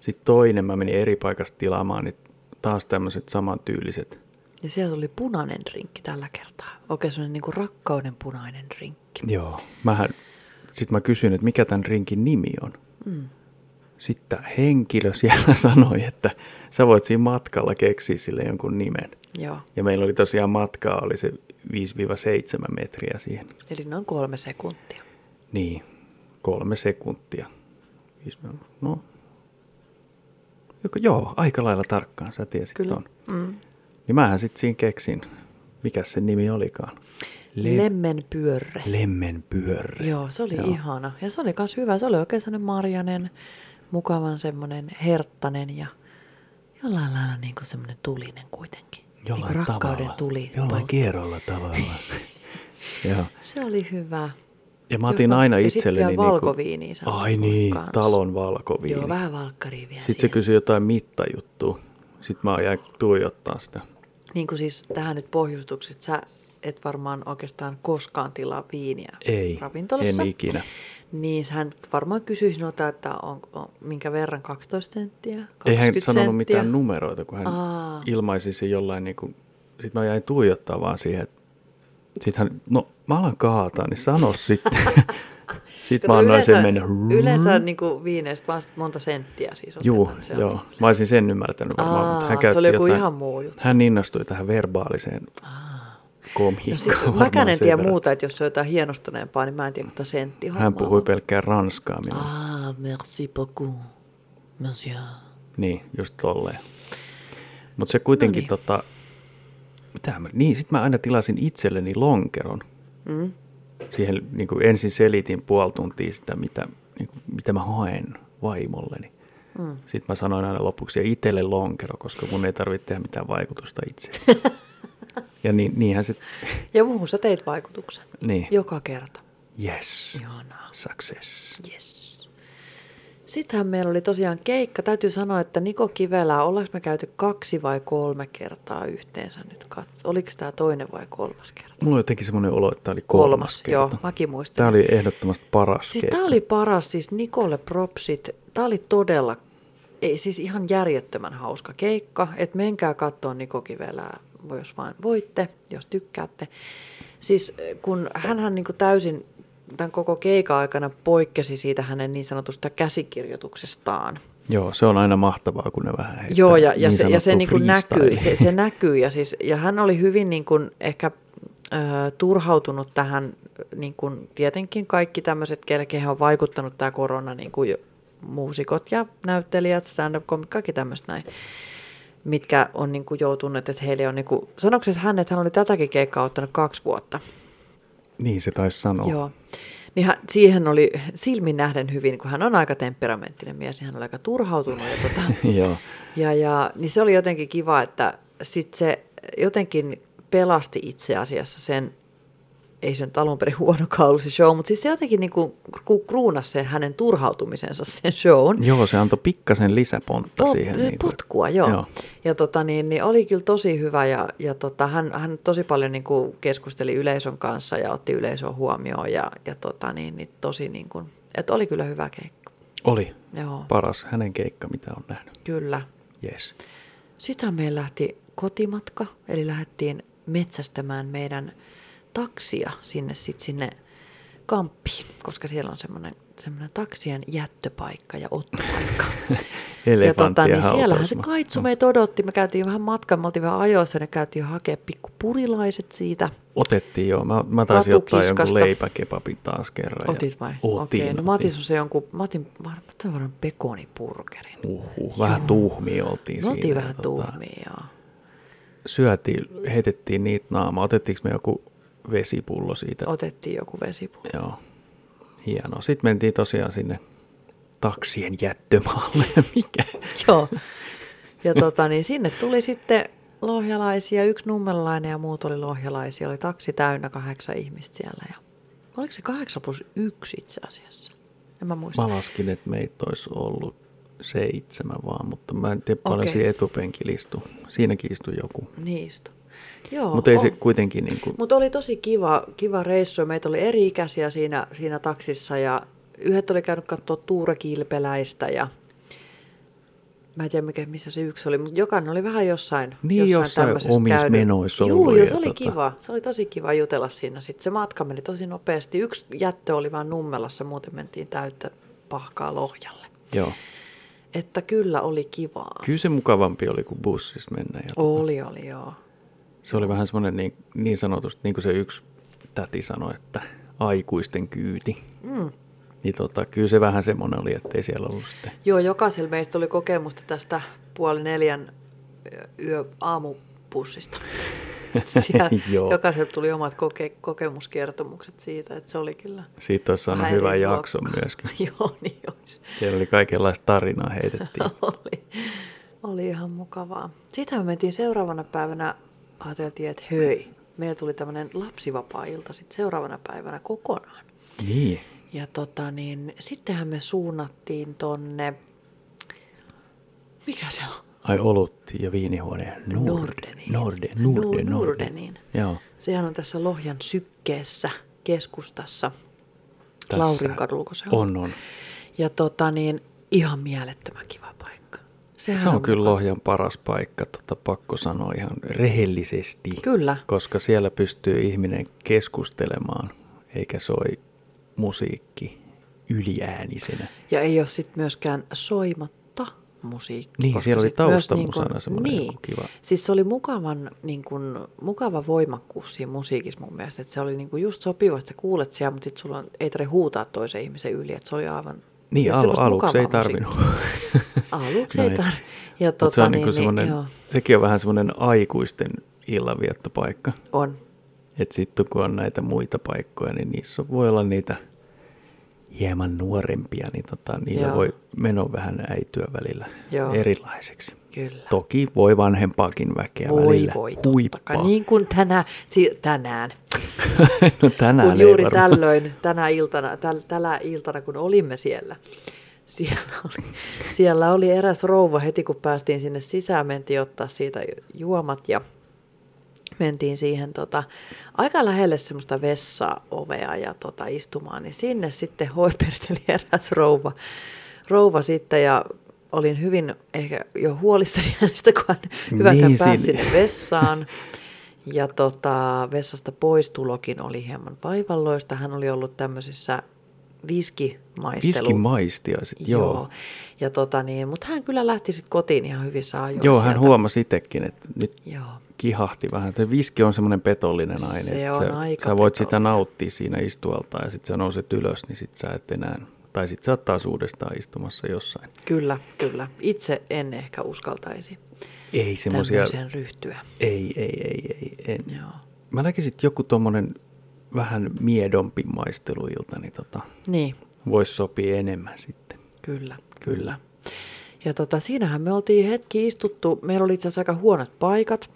Speaker 2: Sitten toinen, mä menin eri paikasta tilaamaan, niin taas tämmöiset samantyyliset.
Speaker 1: ja siellä oli punainen drinkki tällä kertaa. Oikein semmoinen niin kuin rakkauden punainen drinkki.
Speaker 2: Joo. Mähän, sit mä kysyin, että mikä tämän rinkin nimi on.
Speaker 1: Mm.
Speaker 2: Sitten tää henkilö siellä *laughs* sanoi, että sä voit siinä matkalla keksiä sille jonkun nimen.
Speaker 1: Joo,
Speaker 2: Ja meillä oli tosiaan matkaa, oli se 5-7 metriä siihen.
Speaker 1: eli noin kolme sekuntia.
Speaker 2: Niin, kolme sekuntia. Viisi minuuttia. No, Joko, joo, aika lailla tarkkaan, sä tiesit
Speaker 1: Kyllä.
Speaker 2: ton.
Speaker 1: Mm.
Speaker 2: Niin mähän sit siinä keksin, mikä se nimi olikaan.
Speaker 1: Lemmen pyörre.
Speaker 2: Lemmenpyörre.
Speaker 1: Joo, se oli Joo. ihana. Ja se oli myös hyvä. Se oli oikein sellainen marjanen, mukavan semmoinen herttanen ja jollain lailla niin kuin semmoinen tulinen kuitenkin.
Speaker 2: Jollain
Speaker 1: niin kuin
Speaker 2: tavalla.
Speaker 1: rakkauden tuli.
Speaker 2: Jollain
Speaker 1: poltti.
Speaker 2: kierrolla tavalla. *laughs* Joo.
Speaker 1: Se oli hyvä.
Speaker 2: Ja mä otin
Speaker 1: Joo,
Speaker 2: aina
Speaker 1: ja sit
Speaker 2: itselleni...
Speaker 1: vielä
Speaker 2: niinku-
Speaker 1: valkoviiniä sä
Speaker 2: Ai
Speaker 1: otit mulle
Speaker 2: niin,
Speaker 1: kanssa.
Speaker 2: talon valkoviini.
Speaker 1: Joo, vähän valkkaria vielä
Speaker 2: Sitten se
Speaker 1: siihen.
Speaker 2: kysyi jotain mittajuttua. Sitten mä jäin tuijottaa sitä.
Speaker 1: Niin kuin siis tähän nyt pohjustukset, sä et varmaan oikeastaan koskaan tilaa viiniä
Speaker 2: Ei,
Speaker 1: ravintolassa.
Speaker 2: en ikinä.
Speaker 1: Niin hän varmaan kysyisi noita, että on, on, minkä verran 12 senttiä, 20
Speaker 2: Ei hän sanonut
Speaker 1: senttiä.
Speaker 2: mitään numeroita, kun hän
Speaker 1: Aa.
Speaker 2: ilmaisi se jollain niin kuin... Sitten mä jäin tuijottaa vaan siihen, että... Sitten hän, no mä alan kaataa, niin
Speaker 1: *laughs*
Speaker 2: sano sitten.
Speaker 1: Kato,
Speaker 2: sitten mä annoin sen mennä.
Speaker 1: yleensä- Yleensä on niinku viineistä vaan sit monta senttiä siis otetaan.
Speaker 2: Juu,
Speaker 1: Se on-
Speaker 2: joo. Mä olisin sen ymmärtänyt varmaan,
Speaker 1: Aa,
Speaker 2: mutta hän
Speaker 1: se
Speaker 2: käytti
Speaker 1: oli joku
Speaker 2: jotain,
Speaker 1: ihan muu juttu.
Speaker 2: Hän innostui tähän verbaaliseen
Speaker 1: No
Speaker 2: komiikkaan.
Speaker 1: siis,
Speaker 2: varmaan
Speaker 1: mäkään en
Speaker 2: sen
Speaker 1: tiedä
Speaker 2: verran.
Speaker 1: muuta, että jos se on jotain hienostuneempaa, niin mä en tiedä, mutta sentti
Speaker 2: Hän puhui pelkkää ranskaa minulle. Ah.
Speaker 1: Ah, merci beaucoup, monsieur.
Speaker 2: Niin, just tolleen. Mutta se kuitenkin
Speaker 1: Noniin.
Speaker 2: tota... Mitä mä... Niin, sit mä aina tilasin itselleni lonkeron.
Speaker 1: Mm.
Speaker 2: Siihen niin kuin ensin selitin puoli tuntia sitä, mitä, niin kuin, mitä mä haen vaimolleni.
Speaker 1: Mm.
Speaker 2: Sitten mä sanoin aina lopuksi ja itselle lonkero, koska mun ei tarvitse tehdä mitään vaikutusta
Speaker 1: *laughs*
Speaker 2: itse. ja niin, niinhän se...
Speaker 1: Ja muuhun sä teit vaikutuksen.
Speaker 2: Niin.
Speaker 1: Joka kerta.
Speaker 2: Yes.
Speaker 1: Ihanaa.
Speaker 2: Success.
Speaker 1: Yes. Sittenhän meillä oli tosiaan keikka. Täytyy sanoa, että Niko Kivelää, ollaanko me käyty kaksi vai kolme kertaa yhteensä nyt katso? Oliko tämä toinen vai kolmas kerta?
Speaker 2: Mulla on jotenkin semmoinen olo, että tämä oli kolmas, kolmas kerta.
Speaker 1: joo, mäkin muistan.
Speaker 2: Tämä oli ehdottomasti paras
Speaker 1: Siis
Speaker 2: keikka.
Speaker 1: tämä oli paras, siis Nikolle propsit. Tämä oli todella, ei siis ihan järjettömän hauska keikka. Että menkää katsoa Niko Kivelää, jos vain voitte, jos tykkäätte. Siis eh, kun hänhän niin täysin tämän koko keikan aikana poikkesi siitä hänen niin sanotusta käsikirjoituksestaan.
Speaker 2: Joo, se on aina mahtavaa, kun ne vähän heittää
Speaker 1: Joo, ja, ja
Speaker 2: niin
Speaker 1: se, ja se
Speaker 2: sanottua
Speaker 1: niin näkyy. Se,
Speaker 2: freestyle.
Speaker 1: se näkyy ja, siis, ja hän oli hyvin niin kuin ehkä ö, turhautunut tähän, niin kuin tietenkin kaikki tämmöiset, kelkeihin on vaikuttanut tämä korona, niin kuin jo muusikot ja näyttelijät, stand-up-komikki, kaikki tämmöistä näin mitkä on niin kuin joutuneet, että heille on niin kuin, sanoksi, että hän, että hän oli tätäkin keikkaa ottanut kaksi vuotta.
Speaker 2: *laughs* Niin se taisi sanoa.
Speaker 1: Joo. Niin hän, siihen oli silmin nähden hyvin, kun hän on aika temperamenttinen mies, niin hän oli aika turhautunut. Ja, tota,
Speaker 2: *laughs* *laughs* Joo.
Speaker 1: ja, ja niin se oli jotenkin kiva, että sit se jotenkin pelasti itse asiassa sen, ei se nyt alun perin huonokaan ollut se show, mutta siis se jotenkin niin kuin kruunasi sen hänen turhautumisensa sen shown.
Speaker 2: Joo, se antoi pikkasen lisäpontta
Speaker 1: Joo,
Speaker 2: siihen.
Speaker 1: Niin, se
Speaker 2: niin kuin-
Speaker 1: Potkua, joo.
Speaker 2: Joo.
Speaker 1: joo. Ja tota, niin, niin oli kyllä tosi hyvä ja, ja tota, hän, hän tosi paljon niin kuin keskusteli yleisön kanssa ja otti yleisön huomioon ja, ja tota, niin, niin tosi niin kuin, että oli kyllä hyvä keikka.
Speaker 2: Oli
Speaker 1: Joo,
Speaker 2: paras hänen keikka, mitä on nähnyt.
Speaker 1: kyllä.
Speaker 2: Yes.
Speaker 1: Sitä meillä lähti kotimatka, eli lähdettiin metsästämään meidän taksia sinne sit sinne kamppiin, koska siellä on semmoinen semmoinen taksien jättöpaikka ja
Speaker 2: *laughs*
Speaker 1: ottopaikka.
Speaker 2: Elefantti ja,
Speaker 1: niin siellähän se
Speaker 2: hautausmaa. Mm.
Speaker 1: kaitsu
Speaker 2: Joo.
Speaker 1: meitä odotti. Me käytiin vähän matkan, me oltiin vähän ajoissa, ne käytiin hakea pikkupurilaiset siitä.
Speaker 2: Otettiin joo. Mä, mä taisin ottaa jonkun
Speaker 1: Katukiskasta.
Speaker 2: leipäkepapin taas kerran. ja-
Speaker 1: Otit vai?
Speaker 2: Otin.
Speaker 1: Okei, no
Speaker 2: otin.
Speaker 1: mä otin se jonkun, mä otin, mä mä otin varmaan pekonipurkerin.
Speaker 2: Uhuh, vähän tuhmia oltiin
Speaker 1: Me
Speaker 2: siinä.
Speaker 1: oltiin
Speaker 2: ja
Speaker 1: vähän
Speaker 2: tota,
Speaker 1: tuhmia, joo.
Speaker 2: Syötiin, heitettiin niitä naamaa. Otettiinko me joku vesipullo siitä?
Speaker 1: Otettiin joku vesipullo.
Speaker 2: Joo. Hienoa. Sitten mentiin tosiaan sinne taksien jättömaalle. *laughs* Mikä?
Speaker 1: *laughs* Joo. Ja tota, niin sinne tuli sitten lohjalaisia, yksi nummelalainen ja muut oli lohjalaisia. Oli taksi täynnä kahdeksan ihmistä siellä. Ja oliko se kahdeksan plus yksi itse asiassa? En mä muista.
Speaker 2: Mä laskin, että meitä olisi ollut seitsemän vaan, mutta mä en tiedä paljon
Speaker 1: Okei.
Speaker 2: siinä etupenkillä istui. Siinäkin istui joku.
Speaker 1: Niistä. Joo.
Speaker 2: Mutta ei se
Speaker 1: on.
Speaker 2: kuitenkin niin kuin,
Speaker 1: Oh, Mut oli tosi kiva, kiva reissu. ja Meitä oli eri-ikäisiä siinä, siinä taksissa ja yhdet oli käynyt katsoa Tuure Kilpeläistä ja Mä en tiedä, mikä, missä se yksi oli, mutta jokainen oli vähän jossain,
Speaker 2: Niin, jossain
Speaker 1: tämmöisessä
Speaker 2: omissa
Speaker 1: käynyt.
Speaker 2: menoissa
Speaker 1: Juu,
Speaker 2: ollut
Speaker 1: joo,
Speaker 2: ja
Speaker 1: se oli
Speaker 2: tota-
Speaker 1: kiva. Se oli tosi kiva jutella siinä. Sitten se matka meni tosi nopeasti. Yksi jättö oli vaan Nummelassa, muuten mentiin täyttä pahkaa Lohjalle.
Speaker 2: joo.
Speaker 1: Että kyllä oli kivaa.
Speaker 2: Kyllä se mukavampi oli kuin bussissa mennä. Ja
Speaker 1: oli, oli joo.
Speaker 2: Se oli vähän semmoinen niin, niin sanotusti, niin kuin se yksi täti sanoi, että aikuisten kyyti. Mm. Niin tota, kyllä se vähän semmoinen oli, ettei siellä ollut sitten.
Speaker 1: Joo, jokaisella meistä oli kokemusta tästä puoli neljän yö aamupussista. Siellä
Speaker 2: Joo.
Speaker 1: jokaisella tuli omat koke- kokemuskertomukset siitä, että se oli kyllä *laughs*
Speaker 2: Siitä olisi saanut
Speaker 1: vähän eri
Speaker 2: hyvän
Speaker 1: luokkaa.
Speaker 2: jakson myöskin.
Speaker 1: Joo, niin olisi.
Speaker 2: Siellä oli kaikenlaista tarinaa
Speaker 1: *laughs*
Speaker 2: heitettiin.
Speaker 1: No. oli, oli ihan mukavaa. Sitten me mentiin seuraavana päivänä, ajateltiin, että höi, meillä tuli tämmöinen lapsivapaa-ilta sitten seuraavana päivänä kokonaan.
Speaker 2: niin.
Speaker 1: Ja tota niin, sittenhän me suunnattiin tonne, mikä se on?
Speaker 2: Ai olut ja viinihuone.
Speaker 1: Nordeniin.
Speaker 2: Norden.
Speaker 1: Nu-
Speaker 2: Norden.
Speaker 1: Nordeniin.
Speaker 2: Joo.
Speaker 1: Sehän on tässä Lohjan sykkeessä keskustassa.
Speaker 2: Tässä.
Speaker 1: Laurinkadulla, kun se on.
Speaker 2: On, on.
Speaker 1: Ja tota niin, ihan mielettömän kiva paikka. Sehän
Speaker 2: Se on kyllä Lohjan paras paikka, tota, pakko sanoa ihan rehellisesti.
Speaker 1: Kyllä.
Speaker 2: Koska siellä pystyy ihminen keskustelemaan, eikä soi musiikki yliäänisenä.
Speaker 1: Ja ei ole sitten myöskään soimatta musiikki.
Speaker 2: Niin,
Speaker 1: koska
Speaker 2: siellä oli
Speaker 1: sit myös
Speaker 2: taustamusana semmoinen
Speaker 1: niin,
Speaker 2: joku kiva.
Speaker 1: Siis se oli mukavan, niin kuin, mukava voimakkuus siinä musiikissa mun mielestä. Että se oli niin kuin just sopivasti, sä kuulet siellä, mutta sitten sulla on, ei tarvitse huutaa toisen ihmisen yli. Että se oli aivan...
Speaker 2: Niin,
Speaker 1: ja
Speaker 2: al-
Speaker 1: semmoista
Speaker 2: aluksi ei
Speaker 1: mukavaa
Speaker 2: tarvinnut.
Speaker 1: musiikkia.
Speaker 2: *laughs*
Speaker 1: Aluksi ei
Speaker 2: Noin.
Speaker 1: tarvi- ja
Speaker 2: Mut se
Speaker 1: tota
Speaker 2: on niinku
Speaker 1: niin, niin,
Speaker 2: semmonen-
Speaker 1: joo.
Speaker 2: sekin on vähän semmoinen aikuisten illanviettopaikka.
Speaker 1: On.
Speaker 2: Että sitten kun on näitä muita paikkoja, niin niissä voi olla niitä hieman nuorempia, niin tota, niillä Joo.
Speaker 1: Joo.
Speaker 2: voi meno vähän äityä välillä Joo.
Speaker 1: Joo.
Speaker 2: erilaiseksi.
Speaker 1: Kyllä.
Speaker 2: Toki voi vanhempaakin väkeä
Speaker 1: Voi
Speaker 2: välillä
Speaker 1: voi, totta
Speaker 2: huippaa.
Speaker 1: kai. Niin kuin tänä, si- tänään,
Speaker 2: *laughs* no tänään
Speaker 1: kun
Speaker 2: ei
Speaker 1: juuri
Speaker 2: varmaan.
Speaker 1: tällöin, tänä iltana, täl, tällä iltana kun olimme siellä, siellä oli, siellä oli eräs rouva heti, kun päästiin sinne sisään, mentiin ottaa siitä juomat ja mentiin siihen tota, aika lähelle semmoista vessaovea ja tota, istumaan, niin sinne sitten hoiperteli *laughs* eräs rouva, rouva sitten ja olin hyvin ehkä jo huolissani hänestä, kun hän hyväkään
Speaker 2: Niin,
Speaker 1: pääsi
Speaker 2: siinä-
Speaker 1: sinne vessaan. Ja tota, vessasta poistulokin oli hieman vaivalloista. Hän oli ollut tämmöisissä viskimaistelu.
Speaker 2: Viskimaistiaiset, joo. joo.
Speaker 1: Ja tota niin, mutta hän kyllä lähti sitten kotiin ihan hyvissä ajoin.
Speaker 2: Joo,
Speaker 1: sieltä.
Speaker 2: hän huomasi itsekin, että nyt
Speaker 1: Joo.
Speaker 2: kihahti vähän. Se viski on semmoinen petollinen
Speaker 1: Se
Speaker 2: aine.
Speaker 1: on
Speaker 2: että sä,
Speaker 1: aika
Speaker 2: sä voit sitä
Speaker 1: petollinen.
Speaker 2: nauttia siinä istualta ja sitten sä nouset ylös, niin sit sä et enää, tai sit sä oot taas uudestaan istumassa jossain.
Speaker 1: Kyllä, kyllä. Itse en ehkä uskaltaisi
Speaker 2: Ei semmoisia,
Speaker 1: tämmöiseen ryhtyä.
Speaker 2: ei, ei, ei, ei, en.
Speaker 1: Joo.
Speaker 2: Mä näkisin, että joku tommonen vähän miedompi maisteluilta, niin tota,
Speaker 1: Niin,
Speaker 2: voisi sopia enemmän sitten.
Speaker 1: kyllä.
Speaker 2: Kyllä.
Speaker 1: Ja tota, siinähän me oltiin hetki istuttu. Meillä oli itse asiassa aika huonot paikat.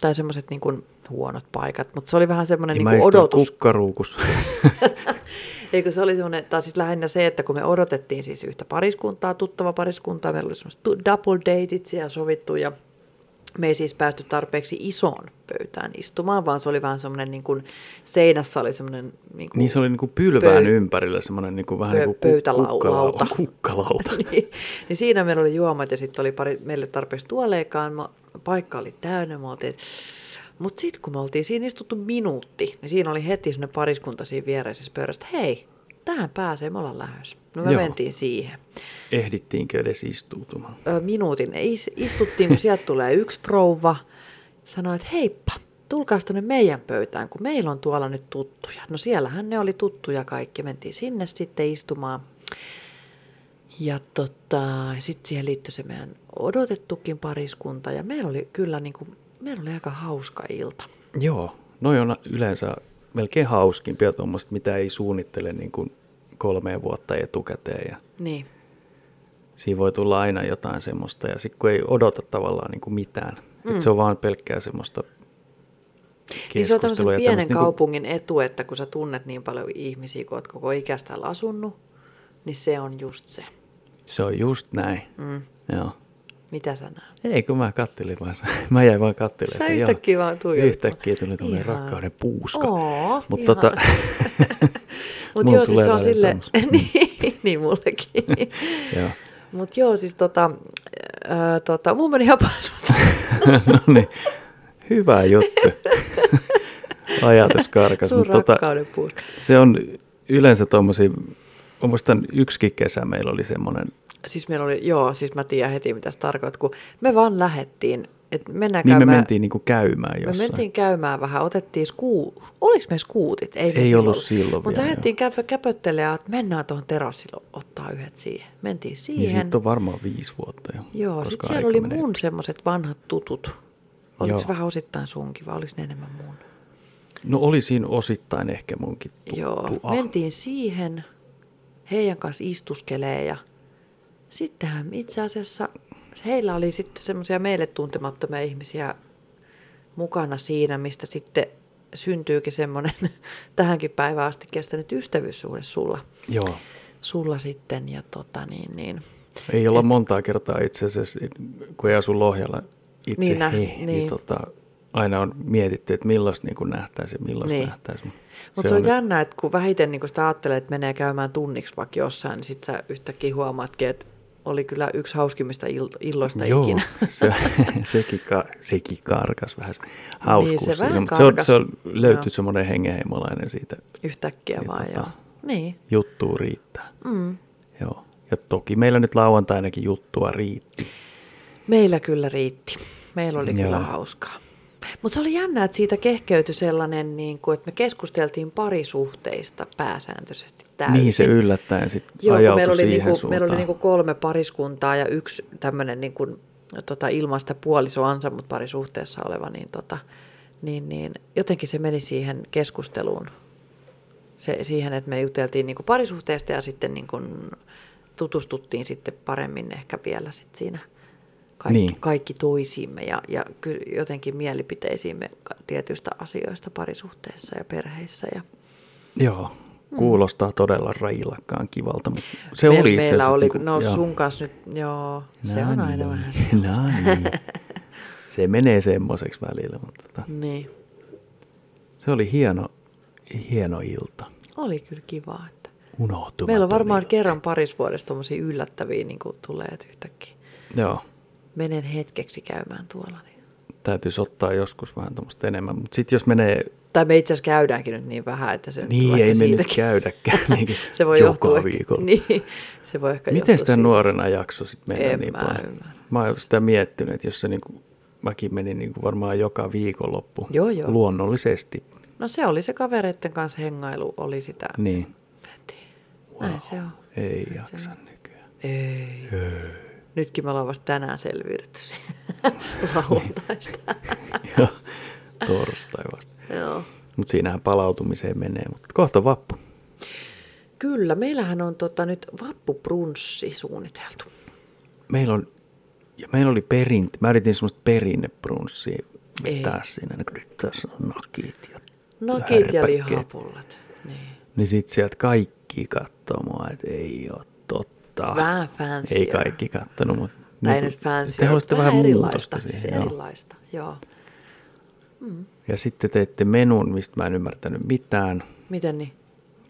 Speaker 1: Tai semmoiset niin kuin huonot paikat, mutta se oli vähän semmoinen
Speaker 2: Niin
Speaker 1: niin
Speaker 2: mä
Speaker 1: kuin
Speaker 2: istun
Speaker 1: odotus. *laughs*
Speaker 2: kukkaruukussa.
Speaker 1: Eikö se oli semmoinen, tai siis lähinnä se, että kun me odotettiin siis yhtä pariskuntaa, tuttava pariskuntaa, meillä oli semmoiset tu- double dateit siellä sovittu ja me ei siis päästy tarpeeksi isoon pöytään istumaan, vaan se oli vähän semmoinen niin kuin seinässä oli semmoinen niin kuin,
Speaker 2: Niin se oli niinku pylvään
Speaker 1: Pöy-
Speaker 2: Pöy- ympärillä semmoinen niinku vähän
Speaker 1: pö-
Speaker 2: niinku
Speaker 1: pöytälauta.
Speaker 2: kukkalauta. *laughs* kukkalauta.
Speaker 1: *laughs* niin, niin siinä meillä oli juomat ja sitten oli pari, meille tarpeeksi tuoleikaan, mä, paikka oli täynnä, mä oltiin, mutta sitten kun me oltiin siinä istuttu minuutti, niin siinä oli heti sinne pariskunta siinä viereisessä pöydästä, hei, tähän pääsee, me ollaan lähes. No me Joo.
Speaker 2: Joo.
Speaker 1: mentiin siihen.
Speaker 2: Ehdittiinkö edes istuutumaan?
Speaker 1: Ö, minuutin is- istuttiin, kun sieltä tulee yksi rouva, sanoi, että heippa, tulkaas tuonne meidän pöytään, kun meillä on tuolla nyt tuttuja. No siellähän ne oli tuttuja kaikki, mentiin sinne sitten istumaan. Ja tota, sitten siihen liittyi se meidän odotettukin pariskunta ja meillä oli kyllä niin kuin, meillä oli aika hauska ilta.
Speaker 2: Joo, noi on yleensä melkein hauskimpia tuommoiset, mitä ei suunnittele niin kuin kolmeen vuotta etukäteen. Ja
Speaker 1: Niin,
Speaker 2: siinä voi tulla aina jotain semmoista ja sitten kun ei odota tavallaan niin kuin mitään. Mm. Et se on vaan pelkkää semmoista
Speaker 1: Niin se on tämmöisen
Speaker 2: keskustelua. ja niinku-
Speaker 1: pienen
Speaker 2: tämmöistä
Speaker 1: kaupungin etu, että kun sä tunnet niin paljon ihmisiä, kun oot koko ikästä asunut, niin se on just se.
Speaker 2: Niin kuin, se on just näin.
Speaker 1: Mm.
Speaker 2: Joo.
Speaker 1: Mitä sä näet?
Speaker 2: Ei, kun mä kattelin vaan. sen. *laughs* Mä jäin vaan kattelemaan.
Speaker 1: Sä
Speaker 2: sen, joo.
Speaker 1: yhtäkkiä vaan tuijotit.
Speaker 2: Yhtäkkiä tuli tuommoinen
Speaker 1: Ihana.
Speaker 2: rakkauden puuska.
Speaker 1: Oo,
Speaker 2: Mut
Speaker 1: ihana.
Speaker 2: tota, *laughs*
Speaker 1: Mut
Speaker 2: mulla
Speaker 1: joo, siis
Speaker 2: tulee
Speaker 1: se on
Speaker 2: välillä
Speaker 1: sille,
Speaker 2: tommosia.
Speaker 1: *laughs* niin, niin mullekin.
Speaker 2: Joo. *laughs*
Speaker 1: Mutta joo, siis tota, äh, tota mun meni hapaisuutta.
Speaker 2: no niin, hyvä
Speaker 1: *laughs*
Speaker 2: juttu. Ajatus karkas.
Speaker 1: Sun
Speaker 2: mut tota-
Speaker 1: rakkauden puuska.
Speaker 2: se on yleensä tuommoisia, mä muistan yksikin kesä meillä oli semmoinen,
Speaker 1: *laughs* Siis meillä oli, joo, siis mä tiedän heti mitä se tarkoittaa, kun me vaan lähettiin, että mennään
Speaker 2: niin me
Speaker 1: käymään.
Speaker 2: mentiin niinku käymään
Speaker 1: Me
Speaker 2: jossain.
Speaker 1: mentiin käymään vähän, otettiin skuu... Oliko me skuutit? Ei, me
Speaker 2: Ei ollut silloin
Speaker 1: Mutta
Speaker 2: vielä,
Speaker 1: lähdettiin käpö, käpöttelemään, että mennään tuohon terassille ottaa yhdet siihen. Mentiin siihen.
Speaker 2: Niin siitä on varmaan viisi vuotta jo.
Speaker 1: Joo,
Speaker 2: koska
Speaker 1: sitten siellä
Speaker 2: aika
Speaker 1: oli
Speaker 2: menee.
Speaker 1: mun semmoiset vanhat tutut. Oliko
Speaker 2: Joo.
Speaker 1: vähän osittain sunkin vai oliko ne enemmän mun?
Speaker 2: No oli siinä osittain ehkä munkin tuttu.
Speaker 1: Joo,
Speaker 2: Ah,
Speaker 1: mentiin siihen, heidän kanssa istuskelee ja sittenhän itse asiassa heillä oli sitten semmoisia meille tuntemattomia ihmisiä mukana siinä, mistä sitten syntyykin semmoinen *laughs* tähänkin päivään asti kestänyt ystävyyssuhde sulla,
Speaker 2: Joo.
Speaker 1: sulla sitten ja tota niin, niin.
Speaker 2: Ei olla montaa kertaa itse asiassa, kun ei asu Lohjalla itse,
Speaker 1: Niin
Speaker 2: niin,
Speaker 1: nä-
Speaker 2: he, niin.
Speaker 1: niin.
Speaker 2: niin tota, aina on mietitty, että milloin niin nähtäisiin ja milloin
Speaker 1: Niin.
Speaker 2: niin. nähtäisiin.
Speaker 1: Mutta se on jännä, että kun vähiten niin kun sitä ajattelee, että menee käymään tunniksi vaikka jossain, niin sit sä yhtäkkiä huomaatkin, että oli kyllä yksi hauskimmista il- illoista
Speaker 2: Joo,
Speaker 1: ikinä. *laughs*
Speaker 2: Se, *laughs* sekin, ka, sekin karkas vähän se hauskuus.
Speaker 1: Niin, se vähän
Speaker 2: siinä, mutta se, on,
Speaker 1: karkas.
Speaker 2: se on,
Speaker 1: Joo.
Speaker 2: löytyi semmoinen hengenheimolainen siitä.
Speaker 1: Yhtäkkiä
Speaker 2: Niin
Speaker 1: vaan,
Speaker 2: tota.
Speaker 1: joo. Niin.
Speaker 2: Juttuu riittää.
Speaker 1: Mm.
Speaker 2: Joo. Ja toki meillä nyt lauantainakin juttua riitti.
Speaker 1: Meillä kyllä riitti. Meillä oli kyllä
Speaker 2: Joo.
Speaker 1: hauskaa. Mutta se oli jännä, että siitä kehkeytyi sellainen, niin kuin, että me keskusteltiin parisuhteista pääsääntöisesti täysin.
Speaker 2: Niin se yllättäen sitten
Speaker 1: Joo, kun meillä
Speaker 2: ajautui
Speaker 1: oli,
Speaker 2: siihen
Speaker 1: niinku,
Speaker 2: suuntaan.
Speaker 1: meillä oli niinku kolme pariskuntaa ja yksi tämmöinen niinku, tota, ilmaista puolisoansa, mutta parisuhteessa oleva, niin, tota, niin, niin jotenkin se meni siihen keskusteluun. Se, siihen, että me juteltiin niinku parisuhteesta ja sitten niinku tutustuttiin sitten paremmin ehkä vielä sit siinä kaikki, niin.
Speaker 2: Niin.
Speaker 1: kaikki toisiimme ja, ja ky- jotenkin mielipiteisiimme ka- tietyistä asioista parisuhteessa ja perheissä. Ja,
Speaker 2: Joo, Kuulostaa todella railakaan kivalta, mutta se
Speaker 1: Me-
Speaker 2: oli itse
Speaker 1: meillä
Speaker 2: asiassa...
Speaker 1: oli,
Speaker 2: niinku-
Speaker 1: no
Speaker 2: joo.
Speaker 1: sun kanssa nyt, joo, se on
Speaker 2: No
Speaker 1: aina
Speaker 2: niin, *laughs*
Speaker 1: vähän
Speaker 2: no niin. Se menee semmoiseksi välillä, mutta tota,
Speaker 1: *laughs* Niin,
Speaker 2: se oli hieno, hieno ilta.
Speaker 1: oli kyllä kiva, että
Speaker 2: Unohtumaton
Speaker 1: meillä on varmaan
Speaker 2: ilta.
Speaker 1: kerran parissa vuodessa tommosia yllättäviä niin kuin tulee, että yhtäkkiä
Speaker 2: Joo,
Speaker 1: menen hetkeksi käymään tuolla. Niin.
Speaker 2: täytyisi ottaa joskus vähän tuommoista enemmän. Mutta sitten jos menee...
Speaker 1: Tai me itse asiassa käydäänkin nyt niin vähän, että se nyt
Speaker 2: Niin,
Speaker 1: vaikka
Speaker 2: ei me nyt
Speaker 1: siitäkin-
Speaker 2: käydäkään, niin kuin
Speaker 1: *laughs* se voi
Speaker 2: joka
Speaker 1: johtua. ehkä-
Speaker 2: viikolla.
Speaker 1: *laughs* Niin, se voi ehkä
Speaker 2: Miten
Speaker 1: johtua
Speaker 2: sitä
Speaker 1: siitä.
Speaker 2: nuorena jakso sitten mennä
Speaker 1: En
Speaker 2: niin
Speaker 1: mä
Speaker 2: paljon?
Speaker 1: ymmärrä.
Speaker 2: Mä oon sitä miettinyt, että jos se niinku, mäkin menin niinku varmaan joka viikonloppu
Speaker 1: Joo, joo.
Speaker 2: luonnollisesti.
Speaker 1: No se oli se kavereiden kanssa hengailu, oli sitä.
Speaker 2: Niin,
Speaker 1: Mentiin. Näin se on.
Speaker 2: ei jaksa nykyään.
Speaker 1: Ei. Nytkin me ollaan vasta tänään selviydytty siitä
Speaker 2: Niin.
Speaker 1: lauantaista.
Speaker 2: *laughs* Joo, torstai vasta.
Speaker 1: Joo.
Speaker 2: Mutta siinähän palautumiseen menee. Mutta kohta vappu.
Speaker 1: Kyllä, meillähän on tota, nyt vappuprunssi suunniteltu.
Speaker 2: Meillä on, ja meillä oli perinte, mä yritin semmoista perinneprunssiä
Speaker 1: Ei.
Speaker 2: vetää siinä, niin kun nyt tässä on nakit ja
Speaker 1: Nakit ja
Speaker 2: härpäkkeet.
Speaker 1: lihapullat. Niin.
Speaker 2: Niin sit sieltä kaikki katsoo mua, että ei oo totta.
Speaker 1: Vähän fancy.
Speaker 2: Ei kaikki kattonut, mutta...
Speaker 1: Tai ei
Speaker 2: niinku,
Speaker 1: nyt fancy,
Speaker 2: Te haluaisitte vähän,
Speaker 1: erilaista.
Speaker 2: muutosta
Speaker 1: Siis
Speaker 2: siihen, joo.
Speaker 1: erilaista, joo.
Speaker 2: Ja sitten teitte menun, mistä mä en ymmärtänyt mitään,
Speaker 1: Miten niin?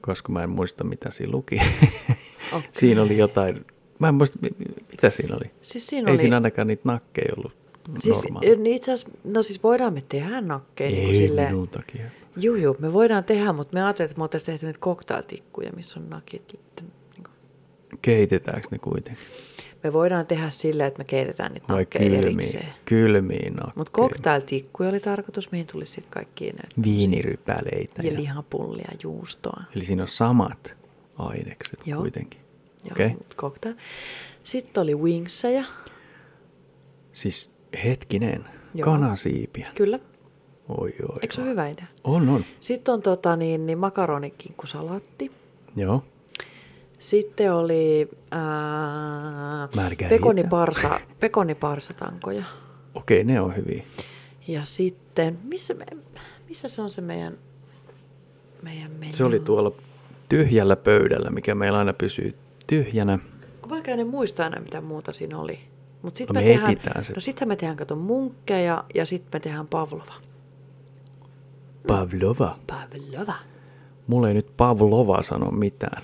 Speaker 2: koska mä en muista mitä siinä luki.
Speaker 1: Okei.
Speaker 2: *laughs* siinä oli jotain, mä en muista, mi- mi- mitä siinä oli.
Speaker 1: Siis siinä
Speaker 2: ei
Speaker 1: oli-
Speaker 2: siinä ainakaan niitä nakkeja ollut
Speaker 1: Siis,
Speaker 2: normaali.
Speaker 1: niin itse asiassa, no siis voidaan me tehdä nakkeja. niin kuin
Speaker 2: ei
Speaker 1: silleen-
Speaker 2: minun takia.
Speaker 1: Juu, juu, me voidaan tehdä, mutta me ajattelin, että me oltaisiin tehty niitä koktailtikkuja, missä on nakit. Niin kuin.
Speaker 2: Keitetäänkö ne kuitenkin?
Speaker 1: Me voidaan tehdä silleen, että me keitetään niitä
Speaker 2: Vai
Speaker 1: nakkeja
Speaker 2: kylmiin,
Speaker 1: erikseen.
Speaker 2: kylmiin nakkeja?
Speaker 1: Mutta koktailtikkuja oli tarkoitus, mihin tulisi sitten kaikki ne.
Speaker 2: Viinirypäleitä.
Speaker 1: Ja lihapullia, juustoa.
Speaker 2: Eli siinä on samat ainekset
Speaker 1: Joo.
Speaker 2: kuitenkin.
Speaker 1: Joo,
Speaker 2: Okei.
Speaker 1: mut cocktail. Sitten oli wingsejä,
Speaker 2: Siis hetkinen,
Speaker 1: Joo.
Speaker 2: kanasiipiä.
Speaker 1: kyllä.
Speaker 2: Oi, oi,
Speaker 1: Eikö se
Speaker 2: oi.
Speaker 1: ole hyvä idea?
Speaker 2: On, on.
Speaker 1: Sitten on tota, niin, niin makaronikinkkusalaatti.
Speaker 2: Joo.
Speaker 1: Sitten oli ää,
Speaker 2: Margarita.
Speaker 1: pekoniparsa, pekoniparsatankoja.
Speaker 2: Okei, ne on hyviä.
Speaker 1: Ja sitten, missä, me, missä se on se meidän, meidän menu?
Speaker 2: Se oli tuolla tyhjällä pöydällä, mikä meillä aina pysyy tyhjänä.
Speaker 1: Kun mä en muista enää, mitä muuta siinä oli. Mut sit
Speaker 2: No
Speaker 1: me,
Speaker 2: me
Speaker 1: tehdään,
Speaker 2: etsitään se.
Speaker 1: No sitten me tehdään, kato, munkkeja ja sitten me tehdään Pavlova.
Speaker 2: Pavlova.
Speaker 1: Pavlova.
Speaker 2: Mulle ei nyt Pavlova sano mitään.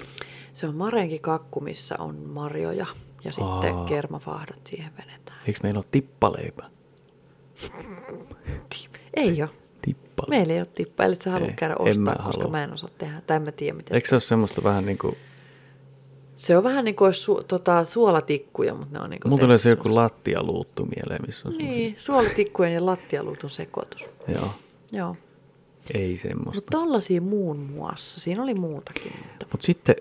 Speaker 1: Se on Marenki kakku, missä on marjoja ja sitten
Speaker 2: Aa.
Speaker 1: kermavaahdot siihen vedetään.
Speaker 2: Eikö meillä ole tippaleipä?
Speaker 1: Ei ole.
Speaker 2: Tippaleipä.
Speaker 1: Meillä ei ole tippa, eli sä halua
Speaker 2: Ei,
Speaker 1: käydä
Speaker 2: en
Speaker 1: ostaa,
Speaker 2: mä
Speaker 1: koska
Speaker 2: halua.
Speaker 1: mä en osaa tehdä. Tai en mä tiedä, miten
Speaker 2: Eikö se ole semmoista vähän niin kuin...
Speaker 1: Se on vähän niin kuin olisi su- tota, suolatikkuja, mutta ne on niin kuin
Speaker 2: Mulla tulee se joku lattialuuttu mieleen, missä on
Speaker 1: Niin, suolatikkujen ja lattialuutun sekoitus.
Speaker 2: semmosia- Joo.
Speaker 1: Joo.
Speaker 2: Ei semmoista.
Speaker 1: Mutta tollaisia muun muassa. Siinä oli muutakin. Mutta...
Speaker 2: Mutta sitten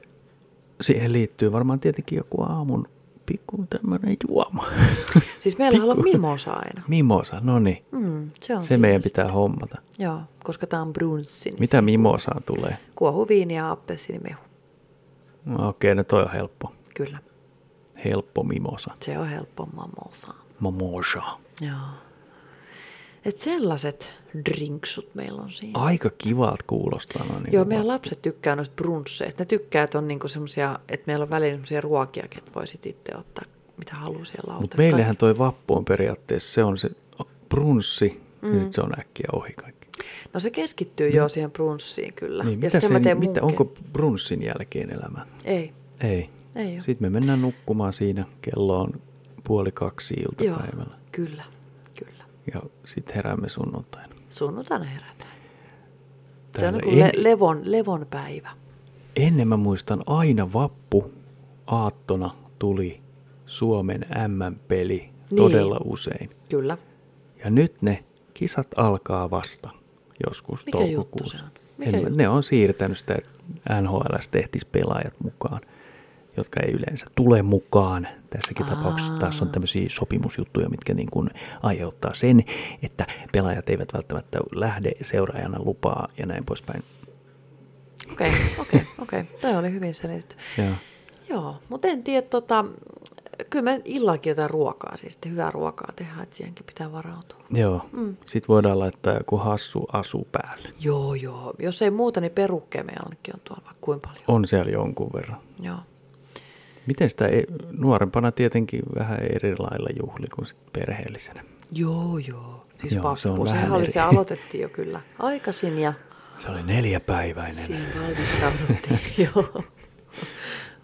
Speaker 2: siihen liittyy varmaan tietenkin joku aamun pikku tämmöinen juoma.
Speaker 1: *laughs* Siis meillä on
Speaker 2: Pikku-
Speaker 1: mimosa aina.
Speaker 2: Mimosa, no niin.
Speaker 1: Mm, se on
Speaker 2: Se
Speaker 1: siinä.
Speaker 2: meidän pitää hommata.
Speaker 1: Joo, koska tämä on brunssi. Niin
Speaker 2: Mitä mimosaan tulee?
Speaker 1: Kuohuviini ja appelsiinimehu.
Speaker 2: No Okei, no toi on helppo.
Speaker 1: niin Kyllä,
Speaker 2: Helppo mimosa.
Speaker 1: se on helppo mamosa.
Speaker 2: Mimosa.
Speaker 1: Joo. Et sellaiset drinksut meillä on siinä.
Speaker 2: Aika kivat kuulostaa. No niin
Speaker 1: Joo, meidän lapset tykkää noista brunsseista. Ne tykkää, että on niinku semmosia, että meillä on välillä semmoisia ruokia, että voisit itse ottaa mitä haluaa siellä lautalla.
Speaker 2: Mutta meillähän toi vappu on periaatteessa, se on se brunssi, mm. ja sitten se on äkkiä ohi kaikki.
Speaker 1: No se keskittyy mm. jo siihen brunssiin kyllä.
Speaker 2: Niin,
Speaker 1: ja
Speaker 2: mitä
Speaker 1: sitten
Speaker 2: se,
Speaker 1: mä teen
Speaker 2: mitä,
Speaker 1: munkin.
Speaker 2: onko brunssin jälkeen elämä?
Speaker 1: Ei,
Speaker 2: Ei.
Speaker 1: ei ole.
Speaker 2: Sitten me mennään nukkumaan siinä, kello on puoli kaksi
Speaker 1: Joo,
Speaker 2: iltapäivällä.
Speaker 1: kyllä, kyllä.
Speaker 2: Ja sitten heräämme sunnuntaina.
Speaker 1: Sunnuntaina herätään. Se on
Speaker 2: Täällä
Speaker 1: niin kuin le-
Speaker 2: en-
Speaker 1: levon, levon päivä.
Speaker 2: Ennen mä muistan aina vappu aattona tuli Suomen M-peli
Speaker 1: Niin.
Speaker 2: todella usein.
Speaker 1: Kyllä.
Speaker 2: Ja nyt ne kisat alkaa vasta joskus
Speaker 1: Mikä juttu
Speaker 2: toukokuussa.
Speaker 1: se on? Mikä
Speaker 2: En mä-
Speaker 1: juttu?
Speaker 2: Ne on siirtänyt sitä, että NHLs tehtis pelaajat mukaan, jotka ei yleensä tule mukaan. Tässäkin
Speaker 1: Aa.
Speaker 2: tapauksessa taas on tämmöisiä sopimusjuttuja, mitkä niin kuin aiheuttaa sen, että pelaajat eivät välttämättä lähde seuraajana lupaa ja näin poispäin.
Speaker 1: *laughs* Okei, okei, okei. Toi oli hyvin selitetty.
Speaker 2: Ja.
Speaker 1: Joo, mutta en tiedä, tota, kyllä me illallakin jotain ruokaa, siis sitten hyvää ruokaa tehdään, että siihenkin pitää varautua.
Speaker 2: Joo. Mm. Sitten voidaan laittaa joku hassu asu päälle.
Speaker 1: Joo, joo. Jos ei muuta, niin perukkeja meillä ainakin on tuolla vaikka kuinka paljon.
Speaker 2: On siellä jonkun verran.
Speaker 1: Joo.
Speaker 2: Miten sitä e- nuorempana tietenkin vähän eri lailla juhli kuin sit perheellisenä?
Speaker 1: Joo, joo. Siis joo,
Speaker 2: Joo, se
Speaker 1: vappu,
Speaker 2: on
Speaker 1: se on
Speaker 2: vähän
Speaker 1: sehän oli,
Speaker 2: eri.
Speaker 1: se aloitettiin jo kyllä aikaisin ja
Speaker 2: Se oli neljäpäiväinen.
Speaker 1: siihen valmistauduttiin. *laughs* joo.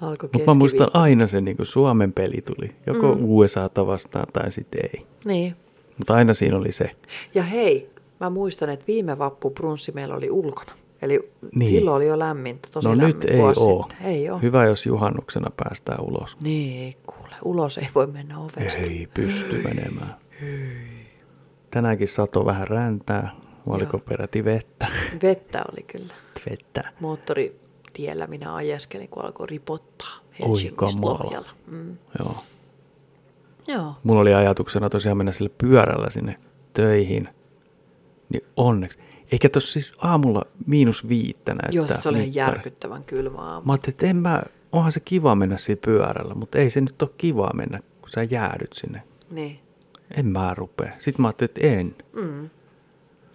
Speaker 1: Alkoi
Speaker 2: Mutta mä muistan
Speaker 1: keskiviikko.
Speaker 2: aina se niin Suomen peli tuli. Joko mm. USAta vastaan tai sitten ei.
Speaker 1: Niin.
Speaker 2: Mutta aina siinä oli se.
Speaker 1: Ja hei, mä muistan, että viime vappu brunssi meillä oli ulkona. Eli
Speaker 2: Niin.
Speaker 1: niin. silloin oli jo lämmintä, tosi
Speaker 2: no
Speaker 1: lämmin
Speaker 2: nyt ei
Speaker 1: vuosi
Speaker 2: oo.
Speaker 1: sitten. Ei ole.
Speaker 2: Hyvä, jos juhannuksena päästään ulos.
Speaker 1: Niin, kuule, ulos ei voi mennä ovesta.
Speaker 2: Ei pysty menemään. Tänäänkin sato vähän räntää. Oliko peräti vettä? *laughs*
Speaker 1: Vettä oli kyllä.
Speaker 2: vettä.
Speaker 1: Moottoritiellä minä ajeskelin, kun alkoi ripottaa
Speaker 2: Oi
Speaker 1: Helsingistä
Speaker 2: kamala.
Speaker 1: Lohjalla. Mm.
Speaker 2: Joo.
Speaker 1: Joo.
Speaker 2: Mulla oli ajatuksena tosiaan mennä sille pyörällä sinne töihin. Niin onneksi. Eikä tuossa siis aamulla miinus viittä näyttää
Speaker 1: Joo, siis se oli ihan
Speaker 2: mittari.
Speaker 1: järkyttävän kylmä aamu.
Speaker 2: Mä ajattelin, että en mä, onhan se kiva mennä siinä pyörällä, mutta ei se nyt ole kivaa mennä, kun sä jäädyt sinne.
Speaker 1: Niin.
Speaker 2: En mä rupea. Sitten mä ajattelin, että en.
Speaker 1: Mm.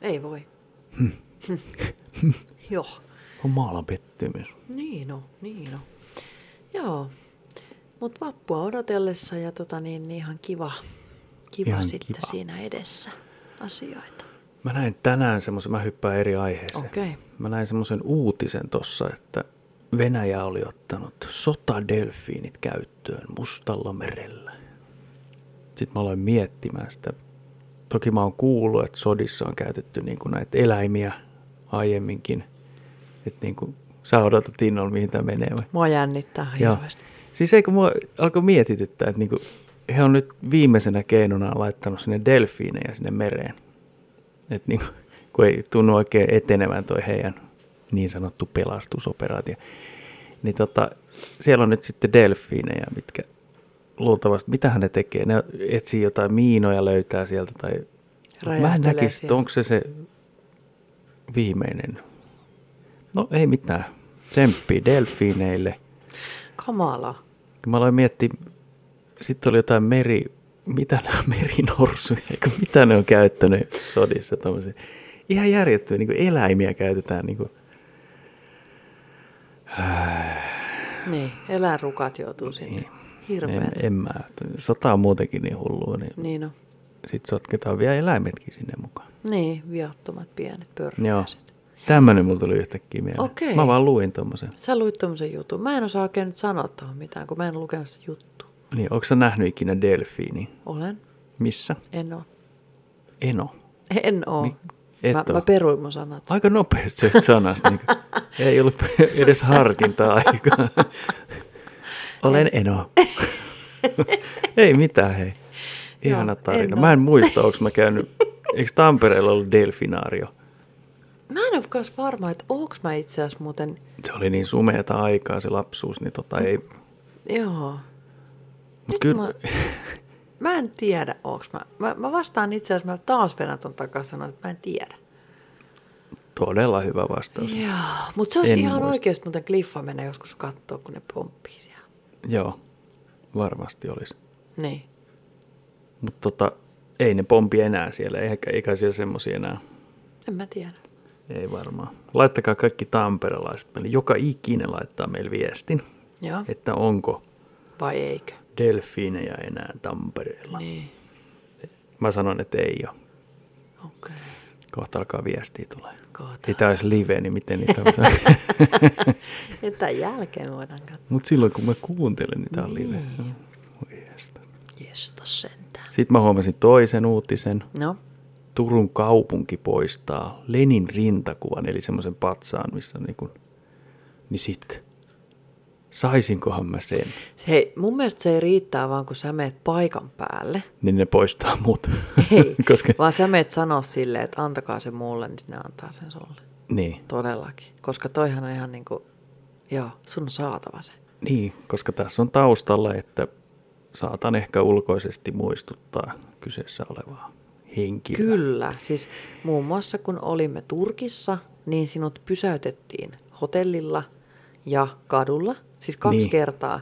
Speaker 1: Ei voi.
Speaker 2: Hmm.
Speaker 1: *laughs* Joo.
Speaker 2: Jumalan pettymys.
Speaker 1: Niin no, niin no. Joo. Mutta vappua odotellessa ja tota niin, niin ihan kiva, kiva
Speaker 2: Ihan
Speaker 1: sitten
Speaker 2: kiva.
Speaker 1: siinä edessä asioita.
Speaker 2: Mä näin tänään semmoisen, mä hyppään eri aiheeseen.
Speaker 1: Okei.
Speaker 2: Mä näin semmoisen uutisen tossa, että Venäjä oli ottanut sotadelfiinit käyttöön Mustalla merellä. Sitten mä aloin miettimään sitä. Toki mä oon kuullut, että sodissa on käytetty niin kuin näitä eläimiä aiemminkin. Että niin kuin, sä odotat innolla, mihin tämä menee vai?
Speaker 1: Mua jännittää
Speaker 2: Joo.
Speaker 1: Ah, hirveästi.
Speaker 2: Siis eikö mua alkoi mietityttää, että niinku, he on nyt viimeisenä keinona laittanut sinne delfiinejä sinne mereen. Et niinku, kun ei tunnu oikein etenevän toi heidän niin sanottu pelastusoperaatio. Niin tota, siellä on nyt sitten delfiinejä, mitkä luultavasti, mitähän ne tekee? Ne etsii jotain miinoja löytää sieltä tai... Mä
Speaker 1: Räjähtelee
Speaker 2: en näkisi, että
Speaker 1: siellä.
Speaker 2: onko se se viimeinen. No ei mitään. Tsemppi delfiineille.
Speaker 1: Kamala.
Speaker 2: Kun Mä aloin miettiä, sitten oli jotain meri, mitä nämä *laughs* merinorsuja, eikö mitä ne on käyttänyt sodissa tommosia. Ihan järjettyä, niin eläimiä käytetään. Niin kuin,
Speaker 1: Niin, eläinrukat joutuu sinne. Niin.
Speaker 2: en,
Speaker 1: Hirveet.
Speaker 2: en mä, sota on muutenkin niin hullua, niin, niin.
Speaker 1: Niin no.
Speaker 2: sitten sotketaan vielä eläimetkin sinne mukaan.
Speaker 1: Niin, viattomat pienet
Speaker 2: Joo.
Speaker 1: pörröiset.
Speaker 2: Tämmönen mulla tuli yhtäkkiä mieleen.
Speaker 1: Okei.
Speaker 2: Mä vaan luin tommosen.
Speaker 1: Sä luit tommosen jutun. Mä en osaa oikein nyt sanoa tuohon mitään, kun mä en lukenut sitä juttua.
Speaker 2: Niin, onko sä nähnyt ikinä delfiini?
Speaker 1: Olen.
Speaker 2: Missä?
Speaker 1: En oo. *laughs*
Speaker 2: Eno.
Speaker 1: En oo.
Speaker 2: Mi-
Speaker 1: Mi-
Speaker 2: et
Speaker 1: mä,
Speaker 2: oo.
Speaker 1: mä peruin mun sanat.
Speaker 2: Aika nopeasti se sanasta. Niin ei ollut edes harkintaa aikaa. Olen eno. ei mitään, hei. Ihana
Speaker 1: Joo,
Speaker 2: tarina.
Speaker 1: Eno.
Speaker 2: Mä en muista, onko mä käynyt... Eikö Tampereella ollut delfinaario?
Speaker 1: Mä en ole kans varma, että onks mä itse asiassa muuten...
Speaker 2: Se oli niin sumeata aikaa se lapsuus, niin tota ei...
Speaker 1: Joo.
Speaker 2: Mut
Speaker 1: Nyt
Speaker 2: kyllä,
Speaker 1: mä- Mä en tiedä, onks mä... Mä, mä vastaan itse asiassa, mä taas vedän ton takas sanoa, että mä en tiedä.
Speaker 2: todella hyvä vastaus.
Speaker 1: Joo, mutta se olisi
Speaker 2: En
Speaker 1: ihan
Speaker 2: muista.
Speaker 1: muista. oikeasti muuten kliffa mennä joskus kattoo, kun ne pomppii siellä.
Speaker 2: Joo, varmasti olisi.
Speaker 1: Niin.
Speaker 2: Mutta tota, ei ne pompi enää siellä, eikä, eikä siellä semmoisia enää.
Speaker 1: En mä tiedä.
Speaker 2: Ei varmaan. Laittakaa kaikki tamperelaiset meille. Joka ikinen laittaa meille viestin,
Speaker 1: Joo. Et...
Speaker 2: että onko
Speaker 1: Vai eikö?
Speaker 2: delfiinejä enää Tampereella.
Speaker 1: Niin.
Speaker 2: Mä sanon, että ei ole.
Speaker 1: Okei. Okay.
Speaker 2: Kohta alkaa viestiä tulee.
Speaker 1: Kohta.
Speaker 2: Ei tää olisi live, niin miten niitä on
Speaker 1: *laughs*
Speaker 2: saanut?
Speaker 1: Nyt tämän jälkeen voidaan katsoa.
Speaker 2: Mut silloin kun mä kuuntelen, niin tää on live. Voi jestas.
Speaker 1: Jesta sentään.
Speaker 2: Sitten mä huomasin toisen uutisen.
Speaker 1: No,
Speaker 2: Turun kaupunki poistaa Lenin rintakuvan, eli semmoisen patsaan, missä on niin kuin... Niin sit. Saisinkohan mä sen?
Speaker 1: hei, mun mielestä se ei riittää vaan, kun sä meet paikan päälle.
Speaker 2: Niin ne poistaa mut.
Speaker 1: Ei,
Speaker 2: *laughs* Koska...
Speaker 1: vaan sä meet sanoa silleen, että antakaa se mulle, niin ne antaa sen sulle.
Speaker 2: Niin.
Speaker 1: Todellakin. Koska toihan on ihan niinku, joo, sun on saatava se.
Speaker 2: Niin, koska tässä on taustalla, että saatan ehkä ulkoisesti muistuttaa kyseessä olevaa henkilöä.
Speaker 1: Kyllä. Siis muun muassa kun olimme Turkissa, niin sinut pysäytettiin hotellilla ja kadulla. Siis kaksi
Speaker 2: Niin.
Speaker 1: niin. kertaa.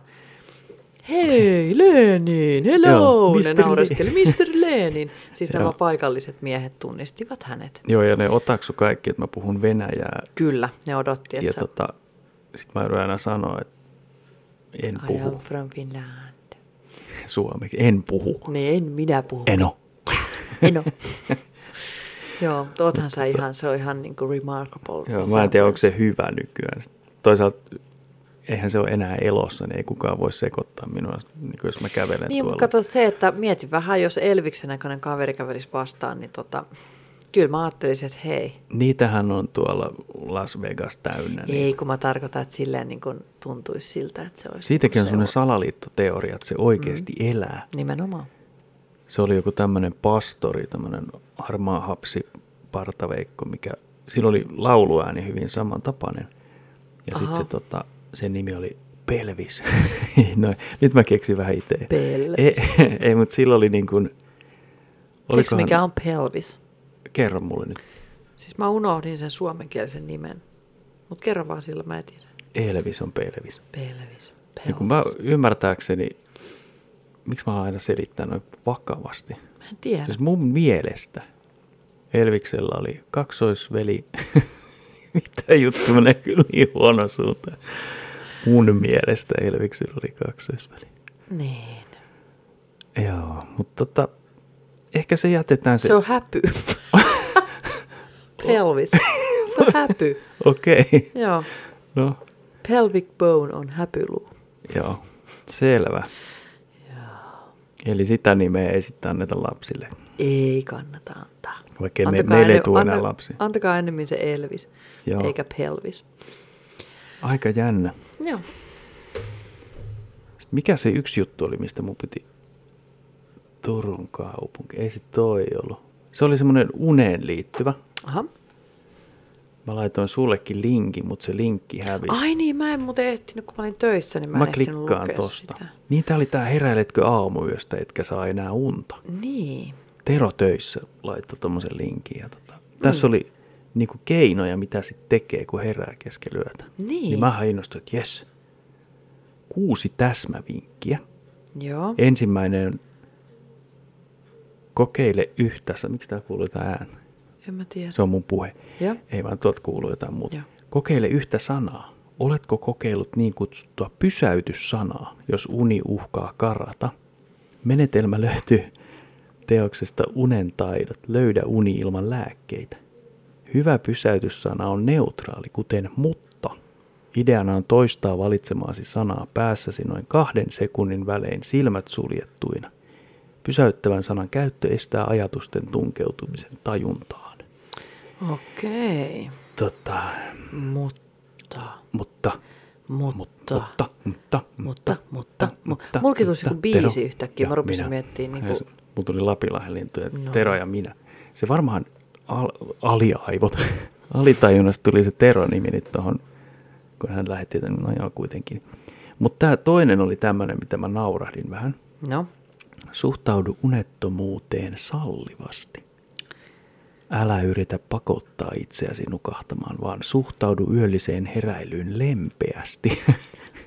Speaker 1: hei Lenin, hello,
Speaker 2: Joo,
Speaker 1: ne
Speaker 2: Mr.
Speaker 1: naureskeli,
Speaker 2: Lenin.
Speaker 1: Mr. Lenin.
Speaker 2: *laughs*
Speaker 1: Siis nämä
Speaker 2: Joo.
Speaker 1: paikalliset miehet tunnistivat hänet.
Speaker 2: Joo, ja ne otaksu kaikki, että mä puhun venäjää.
Speaker 1: Kyllä, ne odotti, että
Speaker 2: ja
Speaker 1: sä-
Speaker 2: tota, sit mä yritän aina sanoa, että en
Speaker 1: I am
Speaker 2: puhu
Speaker 1: from Finland.
Speaker 2: suomeksi. En puhu.
Speaker 1: Niin, en minä puhu.
Speaker 2: Eno.
Speaker 1: En oo. *laughs* Joo, oothan sä ihan, se on ihan niin kuin remarkable.
Speaker 2: Joo, mä en tiedä, onko se
Speaker 1: sentence.
Speaker 2: hyvä nykyään. Toisaalta eihän se ole enää elossa, niin ei kukaan voi sekoittaa minua, niin kuin jos mä kävelen
Speaker 1: Niin,
Speaker 2: tuolla.
Speaker 1: mutta kato se, että mieti vähän, jos Elviksen näköinen kaveri kävelisi vastaan, niin tota, kyllä mä ajattelisin, että hei.
Speaker 2: Niitähän on tuolla Las Vegas täynnä. niin
Speaker 1: Ei, kun mä tarkoitan, että silleen niin kuin tuntuisi siltä, että se olisi... niinku
Speaker 2: Siitäkin on
Speaker 1: se
Speaker 2: sellainen salaliittoteoria, että se oikeasti mm. elää.
Speaker 1: Nimenomaan.
Speaker 2: Se oli joku tämmöinen pastori, tämmöinen harmaa hapsi partaveikko, mikä, sillä oli lauluääni hyvin samantapainen. Ja
Speaker 1: Aha.
Speaker 2: sitten se, tota, sen nimi oli Pelvis. *laughs* no, nyt mä keksin vähän itse.
Speaker 1: Pelvis.
Speaker 2: Ei, ei *laughs* mutta sillä oli niin kuin...
Speaker 1: Tiedätkö, mikä on pelvis?
Speaker 2: Kerro mulle nyt.
Speaker 1: Siis mä unohdin sen suomenkielisen nimen. Mut kerro vaan sillä, mä etin sen.
Speaker 2: Elvis on pelvis.
Speaker 1: Pelvis. pelvis.
Speaker 2: Ja kun mä ymmärtääkseni, miksi mä aina selittää noin vakavasti.
Speaker 1: mä en tiedä.
Speaker 2: Siis mun mielestä Elviksellä oli kaksoisveli. *laughs* Mitä juttu menee kyllä niin huono suuntaan. Mun mielestä Elviksellä oli kaksoisveli.
Speaker 1: Niin.
Speaker 2: Joo, mutta tota, ehkä se jätetään
Speaker 1: Se,
Speaker 2: se.
Speaker 1: se on häpy. *laughs* pelvis. *laughs* Se on häpy.
Speaker 2: *laughs* Okei, okay.
Speaker 1: Joo.
Speaker 2: no
Speaker 1: Pelvic bone on häpyluu.
Speaker 2: joo, selvä. Eli sitä nimeä ei sitten anneta lapsille.
Speaker 1: Ei kannata antaa.
Speaker 2: Vaikka ne- meille ei tule enää lapsia.
Speaker 1: Antakaa ennemmin se Elvis,
Speaker 2: Joo.
Speaker 1: Joo. eikä pelvis.
Speaker 2: Aika jännä.
Speaker 1: Joo.
Speaker 2: Sitten mikä se yksi juttu oli, mistä mun piti... Turun kaupunki. Ei se toi ollut. Se oli semmoinen uneen liittyvä.
Speaker 1: Aha.
Speaker 2: Mä laitoin sullekin linkin, mutta se linkki hävisi.
Speaker 1: Ai niin, mä en muuten ehtinyt, kun mä olin töissä, niin mä,
Speaker 2: mä
Speaker 1: en ehtinyt
Speaker 2: klikkaan
Speaker 1: lukea
Speaker 2: tosta.
Speaker 1: Sitä.
Speaker 2: Niin tää oli tää heräiletkö aamuyöstä, etkä saa enää unta.
Speaker 1: Niin.
Speaker 2: Tero töissä laittoi tommosen linkin. Ja tota,
Speaker 1: Mm.
Speaker 2: tässä oli niinku keinoja, mitä sit tekee, kun herää keskellä yötä.
Speaker 1: Niin.
Speaker 2: niin mä innostuin, että jes. Kuusi täsmävinkkiä.
Speaker 1: Joo.
Speaker 2: Ensimmäinen on kokeile yhtä, sa- miksi tää kuuluu tää ääni?
Speaker 1: En mä tiedä.
Speaker 2: Se on mun puhe.
Speaker 1: Joo.
Speaker 2: Ei vaan tuot kuuluu jotain muuta.
Speaker 1: Joo.
Speaker 2: Kokeile yhtä sanaa. Oletko kokeillut niin kutsuttua pysäytyssanaa, jos uni uhkaa karata? Menetelmä löytyy teoksesta Unen taidot, löydä uni ilman lääkkeitä. Hyvä pysäytyssana on neutraali, kuten mutta. Ideana on toistaa valitsemaasi sanaa päässäsi noin kahden sekunnin välein silmät suljettuina. Pysäyttävän sanan käyttö estää ajatusten tunkeutumisen tajuntaan.
Speaker 1: Okei.
Speaker 2: Tota,
Speaker 1: Mutta.
Speaker 2: mutta,
Speaker 1: Mutta.
Speaker 2: mutta, mutta, mutta,
Speaker 1: Mutta, mutta, mutta. Mulki tuli joku biisi yhtäkkiä. Mä
Speaker 2: ja
Speaker 1: rupesin
Speaker 2: minä.
Speaker 1: miettimään niinku-
Speaker 2: Ja se- Mulla tuli Lapilahen lintuja,
Speaker 1: No.
Speaker 2: no. Tero ja minä. Se varmaan al, aliaivot, *laughs* alitajunnasta tuli se Tero-nimi nyt tuohon, kun hän lähetti tämän, no joo kuitenkin. Mutta tämä toinen oli tämmöinen, mitä mä naurahdin vähän.
Speaker 1: No.
Speaker 2: Suhtaudu unettomuuteen sallivasti. Älä yritä pakottaa itseäsi nukahtamaan, vaan suhtaudu yölliseen heräilyyn lempeästi.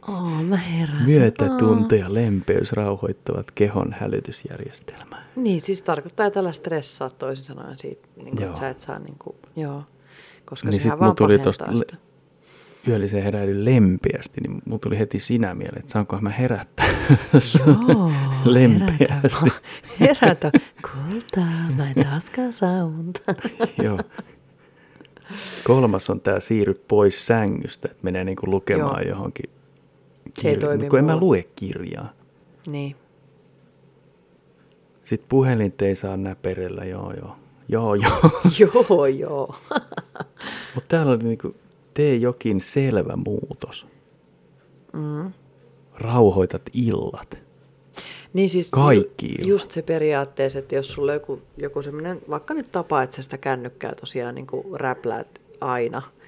Speaker 1: Aa, mä heräsin.
Speaker 2: Myötätunto ja lempeys rauhoittavat kehon hälytysjärjestelmää.
Speaker 1: Niin, siis tarkoittaa, että älä stressaa toisin sanoen siitä, niin kuin,
Speaker 2: Joo.
Speaker 1: että sä et saa, niin kuin, joo, koska niin
Speaker 2: Niin
Speaker 1: sehän
Speaker 2: sit mun
Speaker 1: vaan
Speaker 2: tuli
Speaker 1: pahentaa
Speaker 2: tosta
Speaker 1: sitä.
Speaker 2: le- *laughs* yölliseen heräilyyn lempeästi, niin mulla tuli heti sinä mieleen, että saankohan mä herättää
Speaker 1: Joo,
Speaker 2: *laughs* lempeästi.
Speaker 1: Herätä, herätä. kultaa, mä en taaskaan saa
Speaker 2: *laughs*
Speaker 1: unta.
Speaker 2: Joo. Kolmas on tämä siirry pois sängystä, että menee niinku lukemaan
Speaker 1: Joo.
Speaker 2: Joo. johonkin.
Speaker 1: Se ei toimi
Speaker 2: niin kun en mä
Speaker 1: mulla.
Speaker 2: lue kirjaa.
Speaker 1: niin,
Speaker 2: Sitten puhelinta ei saa näperellä, joo joo. Joo joo. *laughs*
Speaker 1: joo, joo. *laughs*
Speaker 2: Mutta täällä oli niinku, tee jokin selvä muutos.
Speaker 1: Mm.
Speaker 2: Rauhoitat illat.
Speaker 1: Niin siis
Speaker 2: Kaikki
Speaker 1: ju-
Speaker 2: illat.
Speaker 1: just se periaatteessa, että jos sulla on joku, joku semmoinen, vaikka nyt tapa, että sä sitä kännykkää tosiaan niin kuin räpläät aina, niin,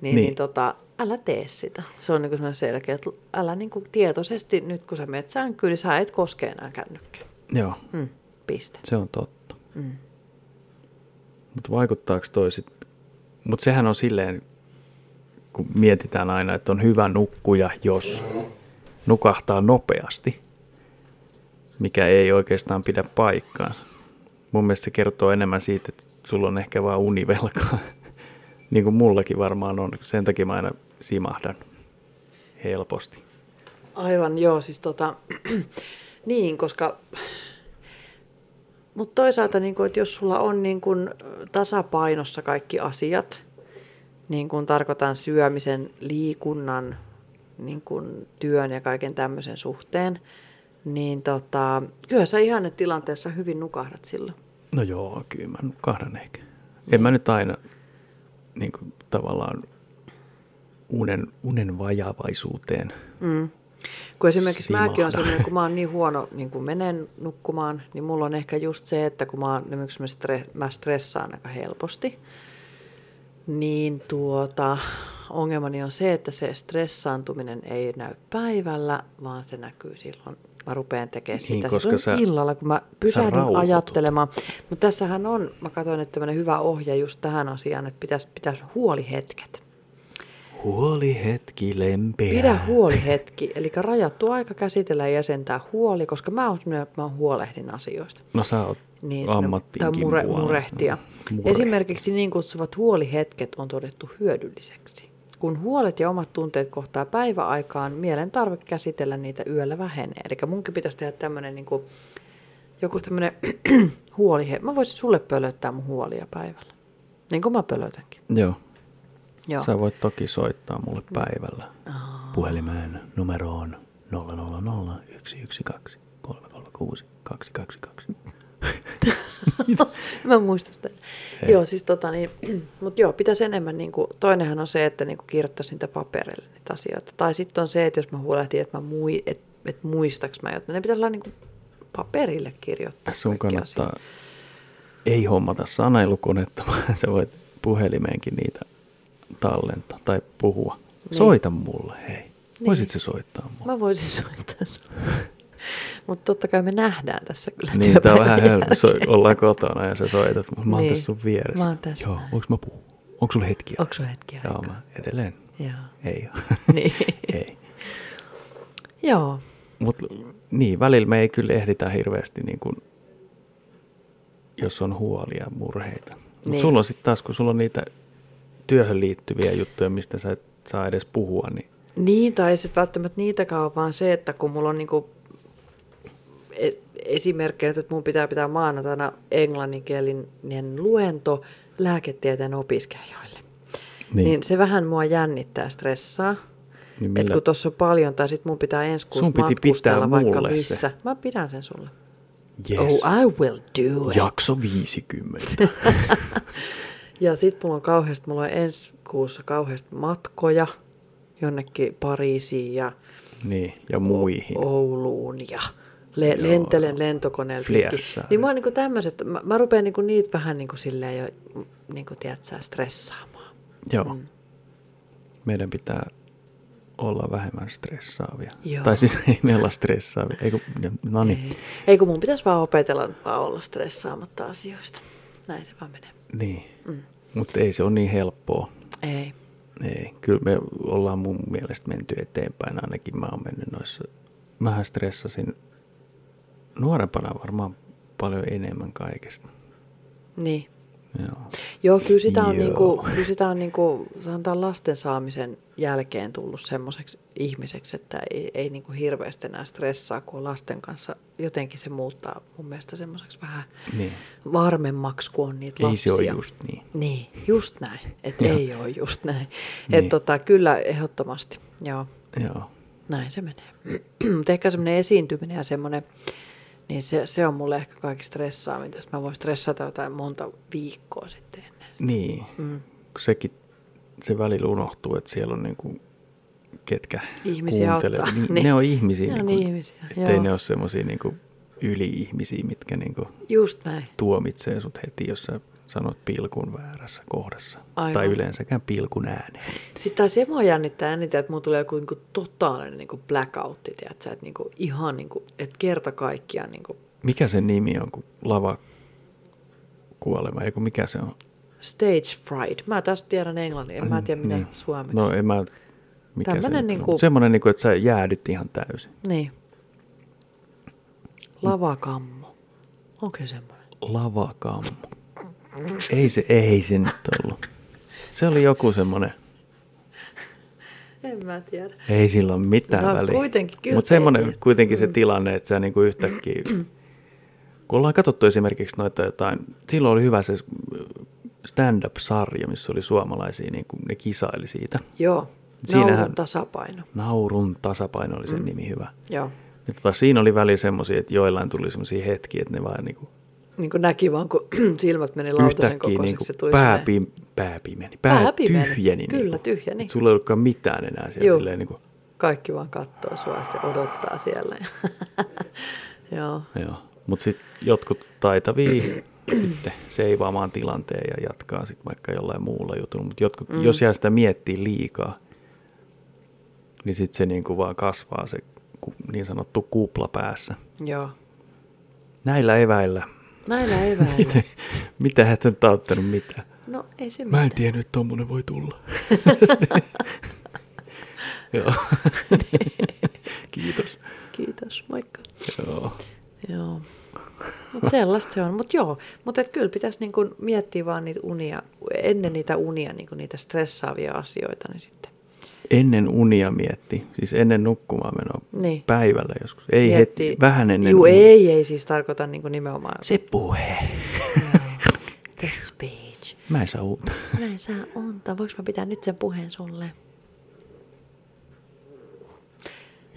Speaker 1: niin.
Speaker 2: Niin.
Speaker 1: niin tota, älä tee sitä. Se on niin kuin selkeä, että älä niin kuin tietoisesti nyt kun sä menet sänkyyn, niin sä et koske enää kännykkää.
Speaker 2: Joo,
Speaker 1: Mm. Piste.
Speaker 2: se on totta.
Speaker 1: Mm.
Speaker 2: Mutta vaikuttaako toi sit? Mutta sehän on silleen, kun mietitään aina, että on hyvä nukkuja, jos. nukahtaa nopeasti, mikä ei oikeastaan pidä paikkaansa. Mun mielestä se kertoo enemmän siitä, että sulla on ehkä vaan univelkaa. *laughs* niin kuin mullakin varmaan on. Sen takia mä aina simahdan helposti.
Speaker 1: Aivan, joo, siis tota, *clears throat* niin, koska, mutta toisaalta, niin kun, että jos sulla on niin kun, tasapainossa kaikki asiat, niin kun tarkoitan syömisen, liikunnan, niin kun, työn ja kaiken tämmöisen suhteen, niin tota, kyllä sä ihanne tilanteessa hyvin nukahdat silloin.
Speaker 2: No joo, kyllä mä nukahdan ehkä. En mä nyt aina niin kuin, tavallaan unen, unen vajavaisuuteen.
Speaker 1: Mm. Kun esimerkiksi
Speaker 2: Simahda.
Speaker 1: mäkin on sellainen, kun mä oon niin huono, niin kun menen nukkumaan, niin mulla on ehkä just se, että kun mä, oon, esimerkiksi mä, stre, mä stressaan aika helposti, niin tuota, ongelmani on se, että se stressaantuminen ei näy päivällä, vaan se näkyy silloin. Mä rupean tekemään sitä
Speaker 2: Niin, koska
Speaker 1: silloin
Speaker 2: sä-
Speaker 1: illalla, kun mä pysähdyn
Speaker 2: rauhoitut.
Speaker 1: ajattelemaan. Mutta tässähän on, mä katsoin, että tämmöinen hyvä ohje just tähän asiaan, että pitäisi, pitäisi huolihetket.
Speaker 2: Huoli hetki lempeä.
Speaker 1: Pidä huoli hetki, eli rajattu aika käsitellä ja jäsentää huoli, koska mä, oon, semmoinen, että mä huolehdin asioista.
Speaker 2: No sä oot
Speaker 1: Niin,
Speaker 2: niin,
Speaker 1: sinne- tai
Speaker 2: ammattiinkin
Speaker 1: mure,
Speaker 2: puolesta.
Speaker 1: murehtia.
Speaker 2: Mure.
Speaker 1: Esimerkiksi niin kutsuvat huolihetket on todettu hyödylliseksi. Kun huolet ja omat tunteet kohtaa päiväaikaan, mielen tarve käsitellä niitä yöllä vähenee. Eli munkin pitäisi tehdä tämmöinen niin kuin, joku tämmöinen *clears throat* huolihe. Mä voisin sulle pölöttää mun huolia päivällä. Niin kuin mä pölötänkin.
Speaker 2: Joo.
Speaker 1: Joo.
Speaker 2: Sä voit toki soittaa mulle päivällä puhelimeen numeroon 000 112 336 222.
Speaker 1: *laughs* Mä muistan sitä. Joo, siis tota niin, *clears throat* mutta joo, pitäisi enemmän, niin kuin, toinenhan on se, että niin kuin kirjoittaisin niitä paperille niitä asioita. Tai sitten on se, että jos mä huolehdin, että mä mui, et, et muistaks mä jotain, ne pitäisi olla niin kuin paperille kirjoittaa
Speaker 2: Sun
Speaker 1: kaikki
Speaker 2: kannattaa
Speaker 1: asiat.
Speaker 2: ei hommata sanailukonetta, *laughs* vaan sä voit puhelimeenkin niitä tallentaa tai puhua.
Speaker 1: Niin.
Speaker 2: Soita mulle, hei. Voisit se soittaa mulle?
Speaker 1: Mä voisin soittaa *laughs* Mutta totta kai me nähdään tässä kyllä
Speaker 2: Niin, tää on vähän
Speaker 1: työpäivän
Speaker 2: hölmö. So,
Speaker 1: jälkeen.
Speaker 2: ollaan kotona ja sä soitat, mutta mä oon
Speaker 1: Niin.
Speaker 2: tässä sun vieressä.
Speaker 1: Mä oon tässä
Speaker 2: Joo,
Speaker 1: näin.
Speaker 2: onks mä puhu? Onks sulla hetkiä?
Speaker 1: Onks sulla hetkiä
Speaker 2: Joo,
Speaker 1: aikaa?
Speaker 2: mä edelleen.
Speaker 1: Joo.
Speaker 2: Ei oo.
Speaker 1: *laughs* Niin.
Speaker 2: ei.
Speaker 1: Joo.
Speaker 2: Mut niin, välillä me ei kyllä ehditä hirveästi niin kun, jos on huolia, murheita. Mut
Speaker 1: Niin.
Speaker 2: sulla on sitten taas, kun sulla on niitä työhön liittyviä juttuja, mistä sä et saa edes puhua, niin
Speaker 1: Niin, tai ei sit välttämättä niitäkään ole, vaan se, että kun mulla on niinku e- esimerkkinä, nyt, että mun pitää pitää maanantaina englanninkielinen luento lääketieteen opiskelijoille. Niin.
Speaker 2: Niin.
Speaker 1: niin se vähän mua jännittää, stressaa.
Speaker 2: Niin
Speaker 1: Niin
Speaker 2: millä-
Speaker 1: Et kun tuossa on paljon, tai sit mun pitää ensi kuussa
Speaker 2: Sun piti
Speaker 1: matkustella
Speaker 2: pitää
Speaker 1: vaikka
Speaker 2: mulle se.
Speaker 1: missä. Mä pidän sen sulle.
Speaker 2: jes,
Speaker 1: Oh, I will do it.
Speaker 2: jakso
Speaker 1: *laughs*
Speaker 2: 50.
Speaker 1: Ja sit mulla on kauheasti, mulla on ensi kuussa kauheasti matkoja jonnekin Pariisiin ja
Speaker 2: niin, ja muihin.
Speaker 1: Oh, Ouluun ja le-
Speaker 2: Joo,
Speaker 1: lentelen
Speaker 2: joo.
Speaker 1: lentokoneella
Speaker 2: Flierssaan.
Speaker 1: Niin mä oon niinku tämmöset, mä, mä rupean niinku niitä vähän niinku silleen jo, niinku tiedätkö, stressaamaan.
Speaker 2: Joo. Mm. Meidän pitää olla vähemmän stressaavia.
Speaker 1: Joo.
Speaker 2: Tai siis ei me olla stressaavia. Eikö, no niin.
Speaker 1: Ei. Ei kun mun pitäisi vaan opetella vaan olla stressaamatta asioista. Näin se vaan menee.
Speaker 2: niin. Mm. Mutta ei se ole niin helppoa.
Speaker 1: Ei.
Speaker 2: Ei. Niin, Kyllä me ollaan mun mielestä menty eteenpäin. Ainakin mä oon mennyt noissa. Mähän stressasin nuorempana varmaan paljon enemmän kaikesta.
Speaker 1: Niin.
Speaker 2: Joo.
Speaker 1: Joo, kyllä sitä on,
Speaker 2: Joo.
Speaker 1: niinku, kyllä sitä on niinku, sanotaan lasten saamisen jälkeen tullut semmoiseksi ihmiseksi, että ei, ei niinku hirveästi enää stressaa, kun on lasten kanssa jotenkin se muuttaa mun mielestä semmoiseksi vähän
Speaker 2: Niin.
Speaker 1: varmemmaksi, kun on niitä
Speaker 2: Ei se
Speaker 1: lapsia.
Speaker 2: ole just niin.
Speaker 1: Niin, just näin. Että
Speaker 2: *laughs* Joo.
Speaker 1: ei ole just näin. Että
Speaker 2: Niin.
Speaker 1: tota, kyllä ehdottomasti, joo.
Speaker 2: Joo.
Speaker 1: Näin se menee. *clears throat* Mutta ehkä semmoinen esiintyminen ja semmoinen, niin se, se on mulle ehkä kaikki stressaaminta. Sitten Mä voin stressata jotain monta viikkoa sitten ennen.
Speaker 2: Niin. Mm. Sekin se välillä unohtuu, että siellä on niinku, ketkä
Speaker 1: Ihmisiä
Speaker 2: kuuntelee.
Speaker 1: auttaa.
Speaker 2: Niin,
Speaker 1: Niin.
Speaker 2: Ne on ihmisiä.
Speaker 1: Ne on
Speaker 2: niinku,
Speaker 1: ihmisiä,
Speaker 2: Ettei
Speaker 1: joo.
Speaker 2: ne ole semmoisia niinku, yli-ihmisiä, mitkä niinku,
Speaker 1: Just näin.
Speaker 2: tuomitsee sut heti, jos sä sanot pilkun väärässä kohdassa.
Speaker 1: Aivan.
Speaker 2: Tai yleensäkään pilkun ääneen.
Speaker 1: Sitten taas se mua jännittää eniten, että mulla tulee joku niinku totaalinen niinku blackoutti, tiedätkö? Että niinku ihan niinku, et kerta kaikkiaan niinku
Speaker 2: Mikä sen nimi on, kun lava kuolema, eiku mikä se on?
Speaker 1: stage fright. Mä tästä tiedän englantia, en mä tiedä mitä
Speaker 2: Niin.
Speaker 1: suomeksi.
Speaker 2: No en mä mikä
Speaker 1: Tämmönen
Speaker 2: se
Speaker 1: niinku-
Speaker 2: niinku... Semmoinen, niinku, että sä jäädyt ihan täysin.
Speaker 1: Niin. Lavakammo. Onko se semmoinen?
Speaker 2: Lavakammo. Ei se, ei se nyt ollut. Se oli joku semmoinen,
Speaker 1: En mä tiedä.
Speaker 2: ei sillä ole mitään
Speaker 1: No,
Speaker 2: väliä.
Speaker 1: kuitenkin, kyllä
Speaker 2: Mutta semmoinen
Speaker 1: teet.
Speaker 2: kuitenkin se tilanne, että sä niinku yhtäkkiä, *clears throat* kun ollaan katsottu esimerkiksi noita jotain, silloin oli hyvä se stand-up-sarja, missä oli suomalaisia, niinku, ne kisaili siitä.
Speaker 1: Joo.
Speaker 2: Siinähän-
Speaker 1: Siinähän... tasapaino.
Speaker 2: Naurun tasapaino oli
Speaker 1: Mm.
Speaker 2: sen nimi hyvä.
Speaker 1: Joo.
Speaker 2: Ja tota, siinä oli väli semmoisia, että joillain tuli semmoisia hetkiä, että ne vaan niinku
Speaker 1: Niin kuin näki vaan, kun *clears throat* silmät meni lautasen
Speaker 2: yhtäkkiä
Speaker 1: kokoiseksi.
Speaker 2: niinku
Speaker 1: se tuli
Speaker 2: pää,
Speaker 1: silleen-
Speaker 2: pi, pää pimeni, pää,
Speaker 1: Pää pimeni,
Speaker 2: tyhjeni.
Speaker 1: kyllä,
Speaker 2: niinku.
Speaker 1: tyhjeni.
Speaker 2: Et Sulla ei ollutkaan mitään enää siellä
Speaker 1: Juu.
Speaker 2: silleen niinku,
Speaker 1: Kaikki vaan katsoo sua ja se odottaa siellä. *laughs* Joo.
Speaker 2: joo. Mut sit jotkut taitavia sitten seivaamaan tilanteen ja jatkaa sit vaikka jollain muulla jutulla. Mut jotkut, mm. jos jää sitä miettii liikaa, niin sit se niinku vaan kasvaa se ku- niin sanottu kupla päässä.
Speaker 1: Joo.
Speaker 2: Näillä eväillä.
Speaker 1: Näillä
Speaker 2: *laughs*
Speaker 1: eväillä.
Speaker 2: Miten, mitä et nyt auttanut mitään?
Speaker 1: No ei se
Speaker 2: Mä en
Speaker 1: mitään.
Speaker 2: tiennyt, että tommonen voi tulla. Joo. Kiitos.
Speaker 1: Kiitos, moikka.
Speaker 2: Joo.
Speaker 1: Joo. Mut sellaista se on. Mutta joo, mutta kyllä pitäisi niinku miettiä vaan niitä unia, ennen niitä unia niinku niitä stressaavia asioita, niin sitten
Speaker 2: Ennen unia mietti, siis ennen nukkumaan menoa
Speaker 1: Niin.
Speaker 2: päivällä joskus. Ei
Speaker 1: miettii-
Speaker 2: heti, vähän ennen
Speaker 1: Juu,
Speaker 2: unia.
Speaker 1: ei, ei siis tarkoita niinku nimenomaan.
Speaker 2: Se puhe.
Speaker 1: The speech.
Speaker 2: *laughs* Mä en saa uutta.
Speaker 1: Mä en saa unta. Voinko mä pitää nyt sen puheen sulle?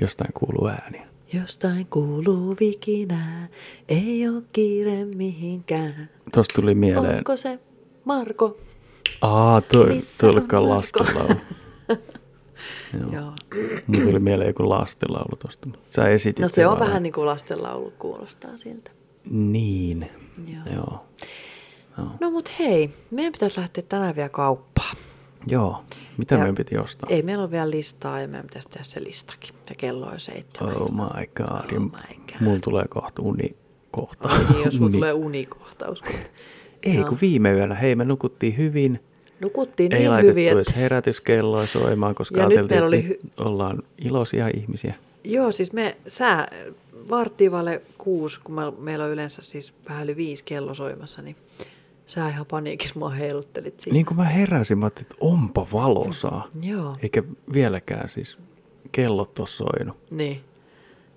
Speaker 2: Jostain kuuluu ääniä.
Speaker 1: Jostain kuuluu vikinää, ei oo kiire mihinkään.
Speaker 2: Tosta tuli mieleen.
Speaker 1: Onko se Marko?
Speaker 2: Aa, toi,
Speaker 1: Missä
Speaker 2: toi
Speaker 1: on
Speaker 2: olikaan
Speaker 1: Marko? *laughs*
Speaker 2: lastenlaulu. Joo.
Speaker 1: Joo.
Speaker 2: Mun tuli mieleen joku lastenlaulu tosta. mut Sä esitit
Speaker 1: No
Speaker 2: sen
Speaker 1: se on
Speaker 2: vaan.
Speaker 1: vähän niin kuin lastenlaulu kuulostaa siltä.
Speaker 2: Niin.
Speaker 1: Joo.
Speaker 2: Joo.
Speaker 1: No mut hei, meidän pitäisi lähteä tänään vielä kauppaan.
Speaker 2: Joo. Mitä
Speaker 1: Ja-
Speaker 2: meidän piti ostaa?
Speaker 1: Ei meillä ole vielä listaa ja meidän pitäisi tehdä se listakin. Ja kello on seitsemän.
Speaker 2: Oh my god.
Speaker 1: Oh my god.
Speaker 2: Mulla tulee kohta uni kohta.
Speaker 1: Ai niin,
Speaker 2: *laughs*
Speaker 1: jos sulla
Speaker 2: Uni.
Speaker 1: tulee unikohtaus. kohta.
Speaker 2: Ei,
Speaker 1: Joo.
Speaker 2: kun viime yöllä, hei me nukuttiin hyvin.
Speaker 1: Nukuttiin
Speaker 2: ei
Speaker 1: niin
Speaker 2: laitettu
Speaker 1: hyvin, että...
Speaker 2: edes herätyskelloa soimaan, koska
Speaker 1: Ja nyt
Speaker 2: ajateltiin,
Speaker 1: meillä
Speaker 2: että
Speaker 1: oli
Speaker 2: nyt ollaan iloisia ihmisiä.
Speaker 1: Joo, siis me, sä varttiivalle kuusi, kun mä, meillä on yleensä siis vähän yli viisi kello soimassa, niin sä ihan paniikissa mua heiluttelit siinä.
Speaker 2: Niin kuin mä heräsin, mä ajattelin, että onpa valosaa.
Speaker 1: Joo,
Speaker 2: Eikä vieläkään siis kellot ole soinut.
Speaker 1: niin.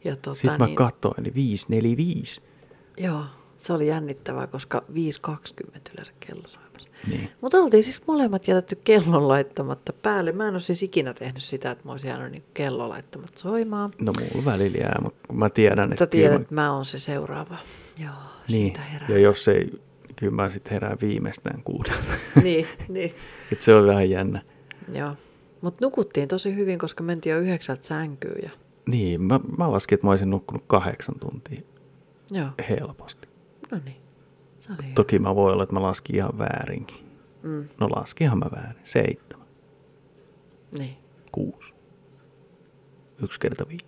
Speaker 1: Ja tota,
Speaker 2: Sitten mä
Speaker 1: niin,
Speaker 2: katsoin, niin 545.
Speaker 1: Joo, se oli jännittävää, koska 5.20 yleensä kello soimassa.
Speaker 2: Niin.
Speaker 1: Mutta oltiin siis molemmat jätetty kellon laittamatta päälle. Mä en ole siis ikinä tehnyt sitä, että mä olisin jäänyt niin kello laittamatta soimaan.
Speaker 2: No mulla välillä jää, mutta kun mä tiedän, että
Speaker 1: Sä
Speaker 2: kyllä
Speaker 1: tiedät, että mä oon se seuraava. Joo,
Speaker 2: niin.
Speaker 1: siitä herää.
Speaker 2: Ja jos ei, kyllä mä sitten herään viimeistään kuudelta.
Speaker 1: *laughs* Niin, niin.
Speaker 2: *laughs* Et se on vähän jännä.
Speaker 1: Joo. Mutta nukuttiin tosi hyvin, koska mentiin jo yhdeksältä sänkyyn. Ja...
Speaker 2: Niin, mä, mä laskin, että mä olisin nukkunut kahdeksan tuntia
Speaker 1: Joo.
Speaker 2: Eh. helposti.
Speaker 1: No niin. Se oli hyvä.
Speaker 2: Toki mä voi olla, että mä laskin ihan väärinkin.
Speaker 1: Mm,
Speaker 2: No laskihan mä väärin. Seitsemän,
Speaker 1: niin.
Speaker 2: kuusi, yksi kerta viisi.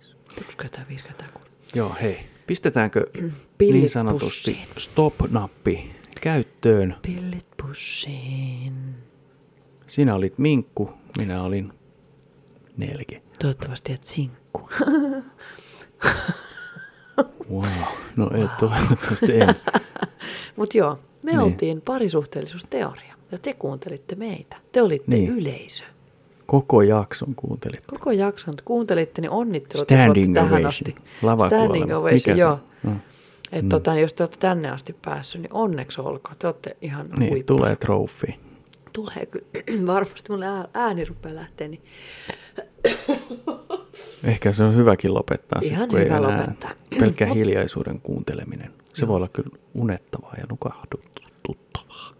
Speaker 1: 60 50 kuusi.
Speaker 2: Joo, hei.
Speaker 1: *clears throat*
Speaker 2: Pistetäänkö
Speaker 1: Pillit
Speaker 2: niin sanotusti
Speaker 1: pussiin.
Speaker 2: stop-nappi käyttöön?
Speaker 1: Pillit pussiin.
Speaker 2: Sinä olit minkku, minä olin nelki.
Speaker 1: Toivottavasti et sinkku.
Speaker 2: Wow. No ei, toivottavasti
Speaker 1: *laughs*
Speaker 2: en.
Speaker 1: Mutta joo, me niin.
Speaker 2: Niin.
Speaker 1: oltiin parisuhteellisuusteoria. Ja te kuuntelitte meitä. Te olitte niin.
Speaker 2: Niin.
Speaker 1: yleisö.
Speaker 2: Koko jakson kuuntelit.
Speaker 1: Koko jakson te kuuntelitte, niin onnittelut, jos olette
Speaker 2: Standing
Speaker 1: tähän
Speaker 2: ovation.
Speaker 1: asti. Standing
Speaker 2: Lavakuolema.
Speaker 1: ovation,
Speaker 2: se
Speaker 1: joo.
Speaker 2: on? No.
Speaker 1: Et mm. tota, jos te olette tänne asti päässyt, niin onneksi olkoon. Te olette ihan
Speaker 2: Niin,
Speaker 1: huippuja.
Speaker 2: tulee trofi.
Speaker 1: Tulee kyllä. *clears throat* Varmasti mun ää- ääni rupeaa lähteä, niin
Speaker 2: Ehkä se on hyväkin lopettaa, sit,
Speaker 1: Ihan
Speaker 2: kun ei
Speaker 1: hyvä
Speaker 2: enää
Speaker 1: lopettaa.
Speaker 2: pelkkä hiljaisuuden kuunteleminen. Se voi olla kyllä unettavaa ja nukahduttavaa.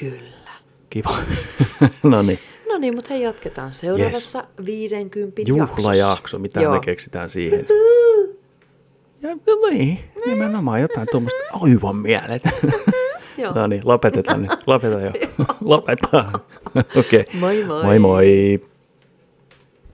Speaker 1: kyllä.
Speaker 2: Kiva. *laughs* no niin,
Speaker 1: No niin, mutta hei, jatketaan seuraavassa yes. 50
Speaker 2: juhlajakso, mitä
Speaker 1: Joo.
Speaker 2: me keksitään siihen. Ja, no niin, nimenomaan jotain tuommoista aivan mielet.
Speaker 1: *laughs* Joo. *laughs*
Speaker 2: no niin, lopetetaan nyt. Lopeta jo. Lopetaan. *laughs* Okei.
Speaker 1: Moi moi.
Speaker 2: Moi moi.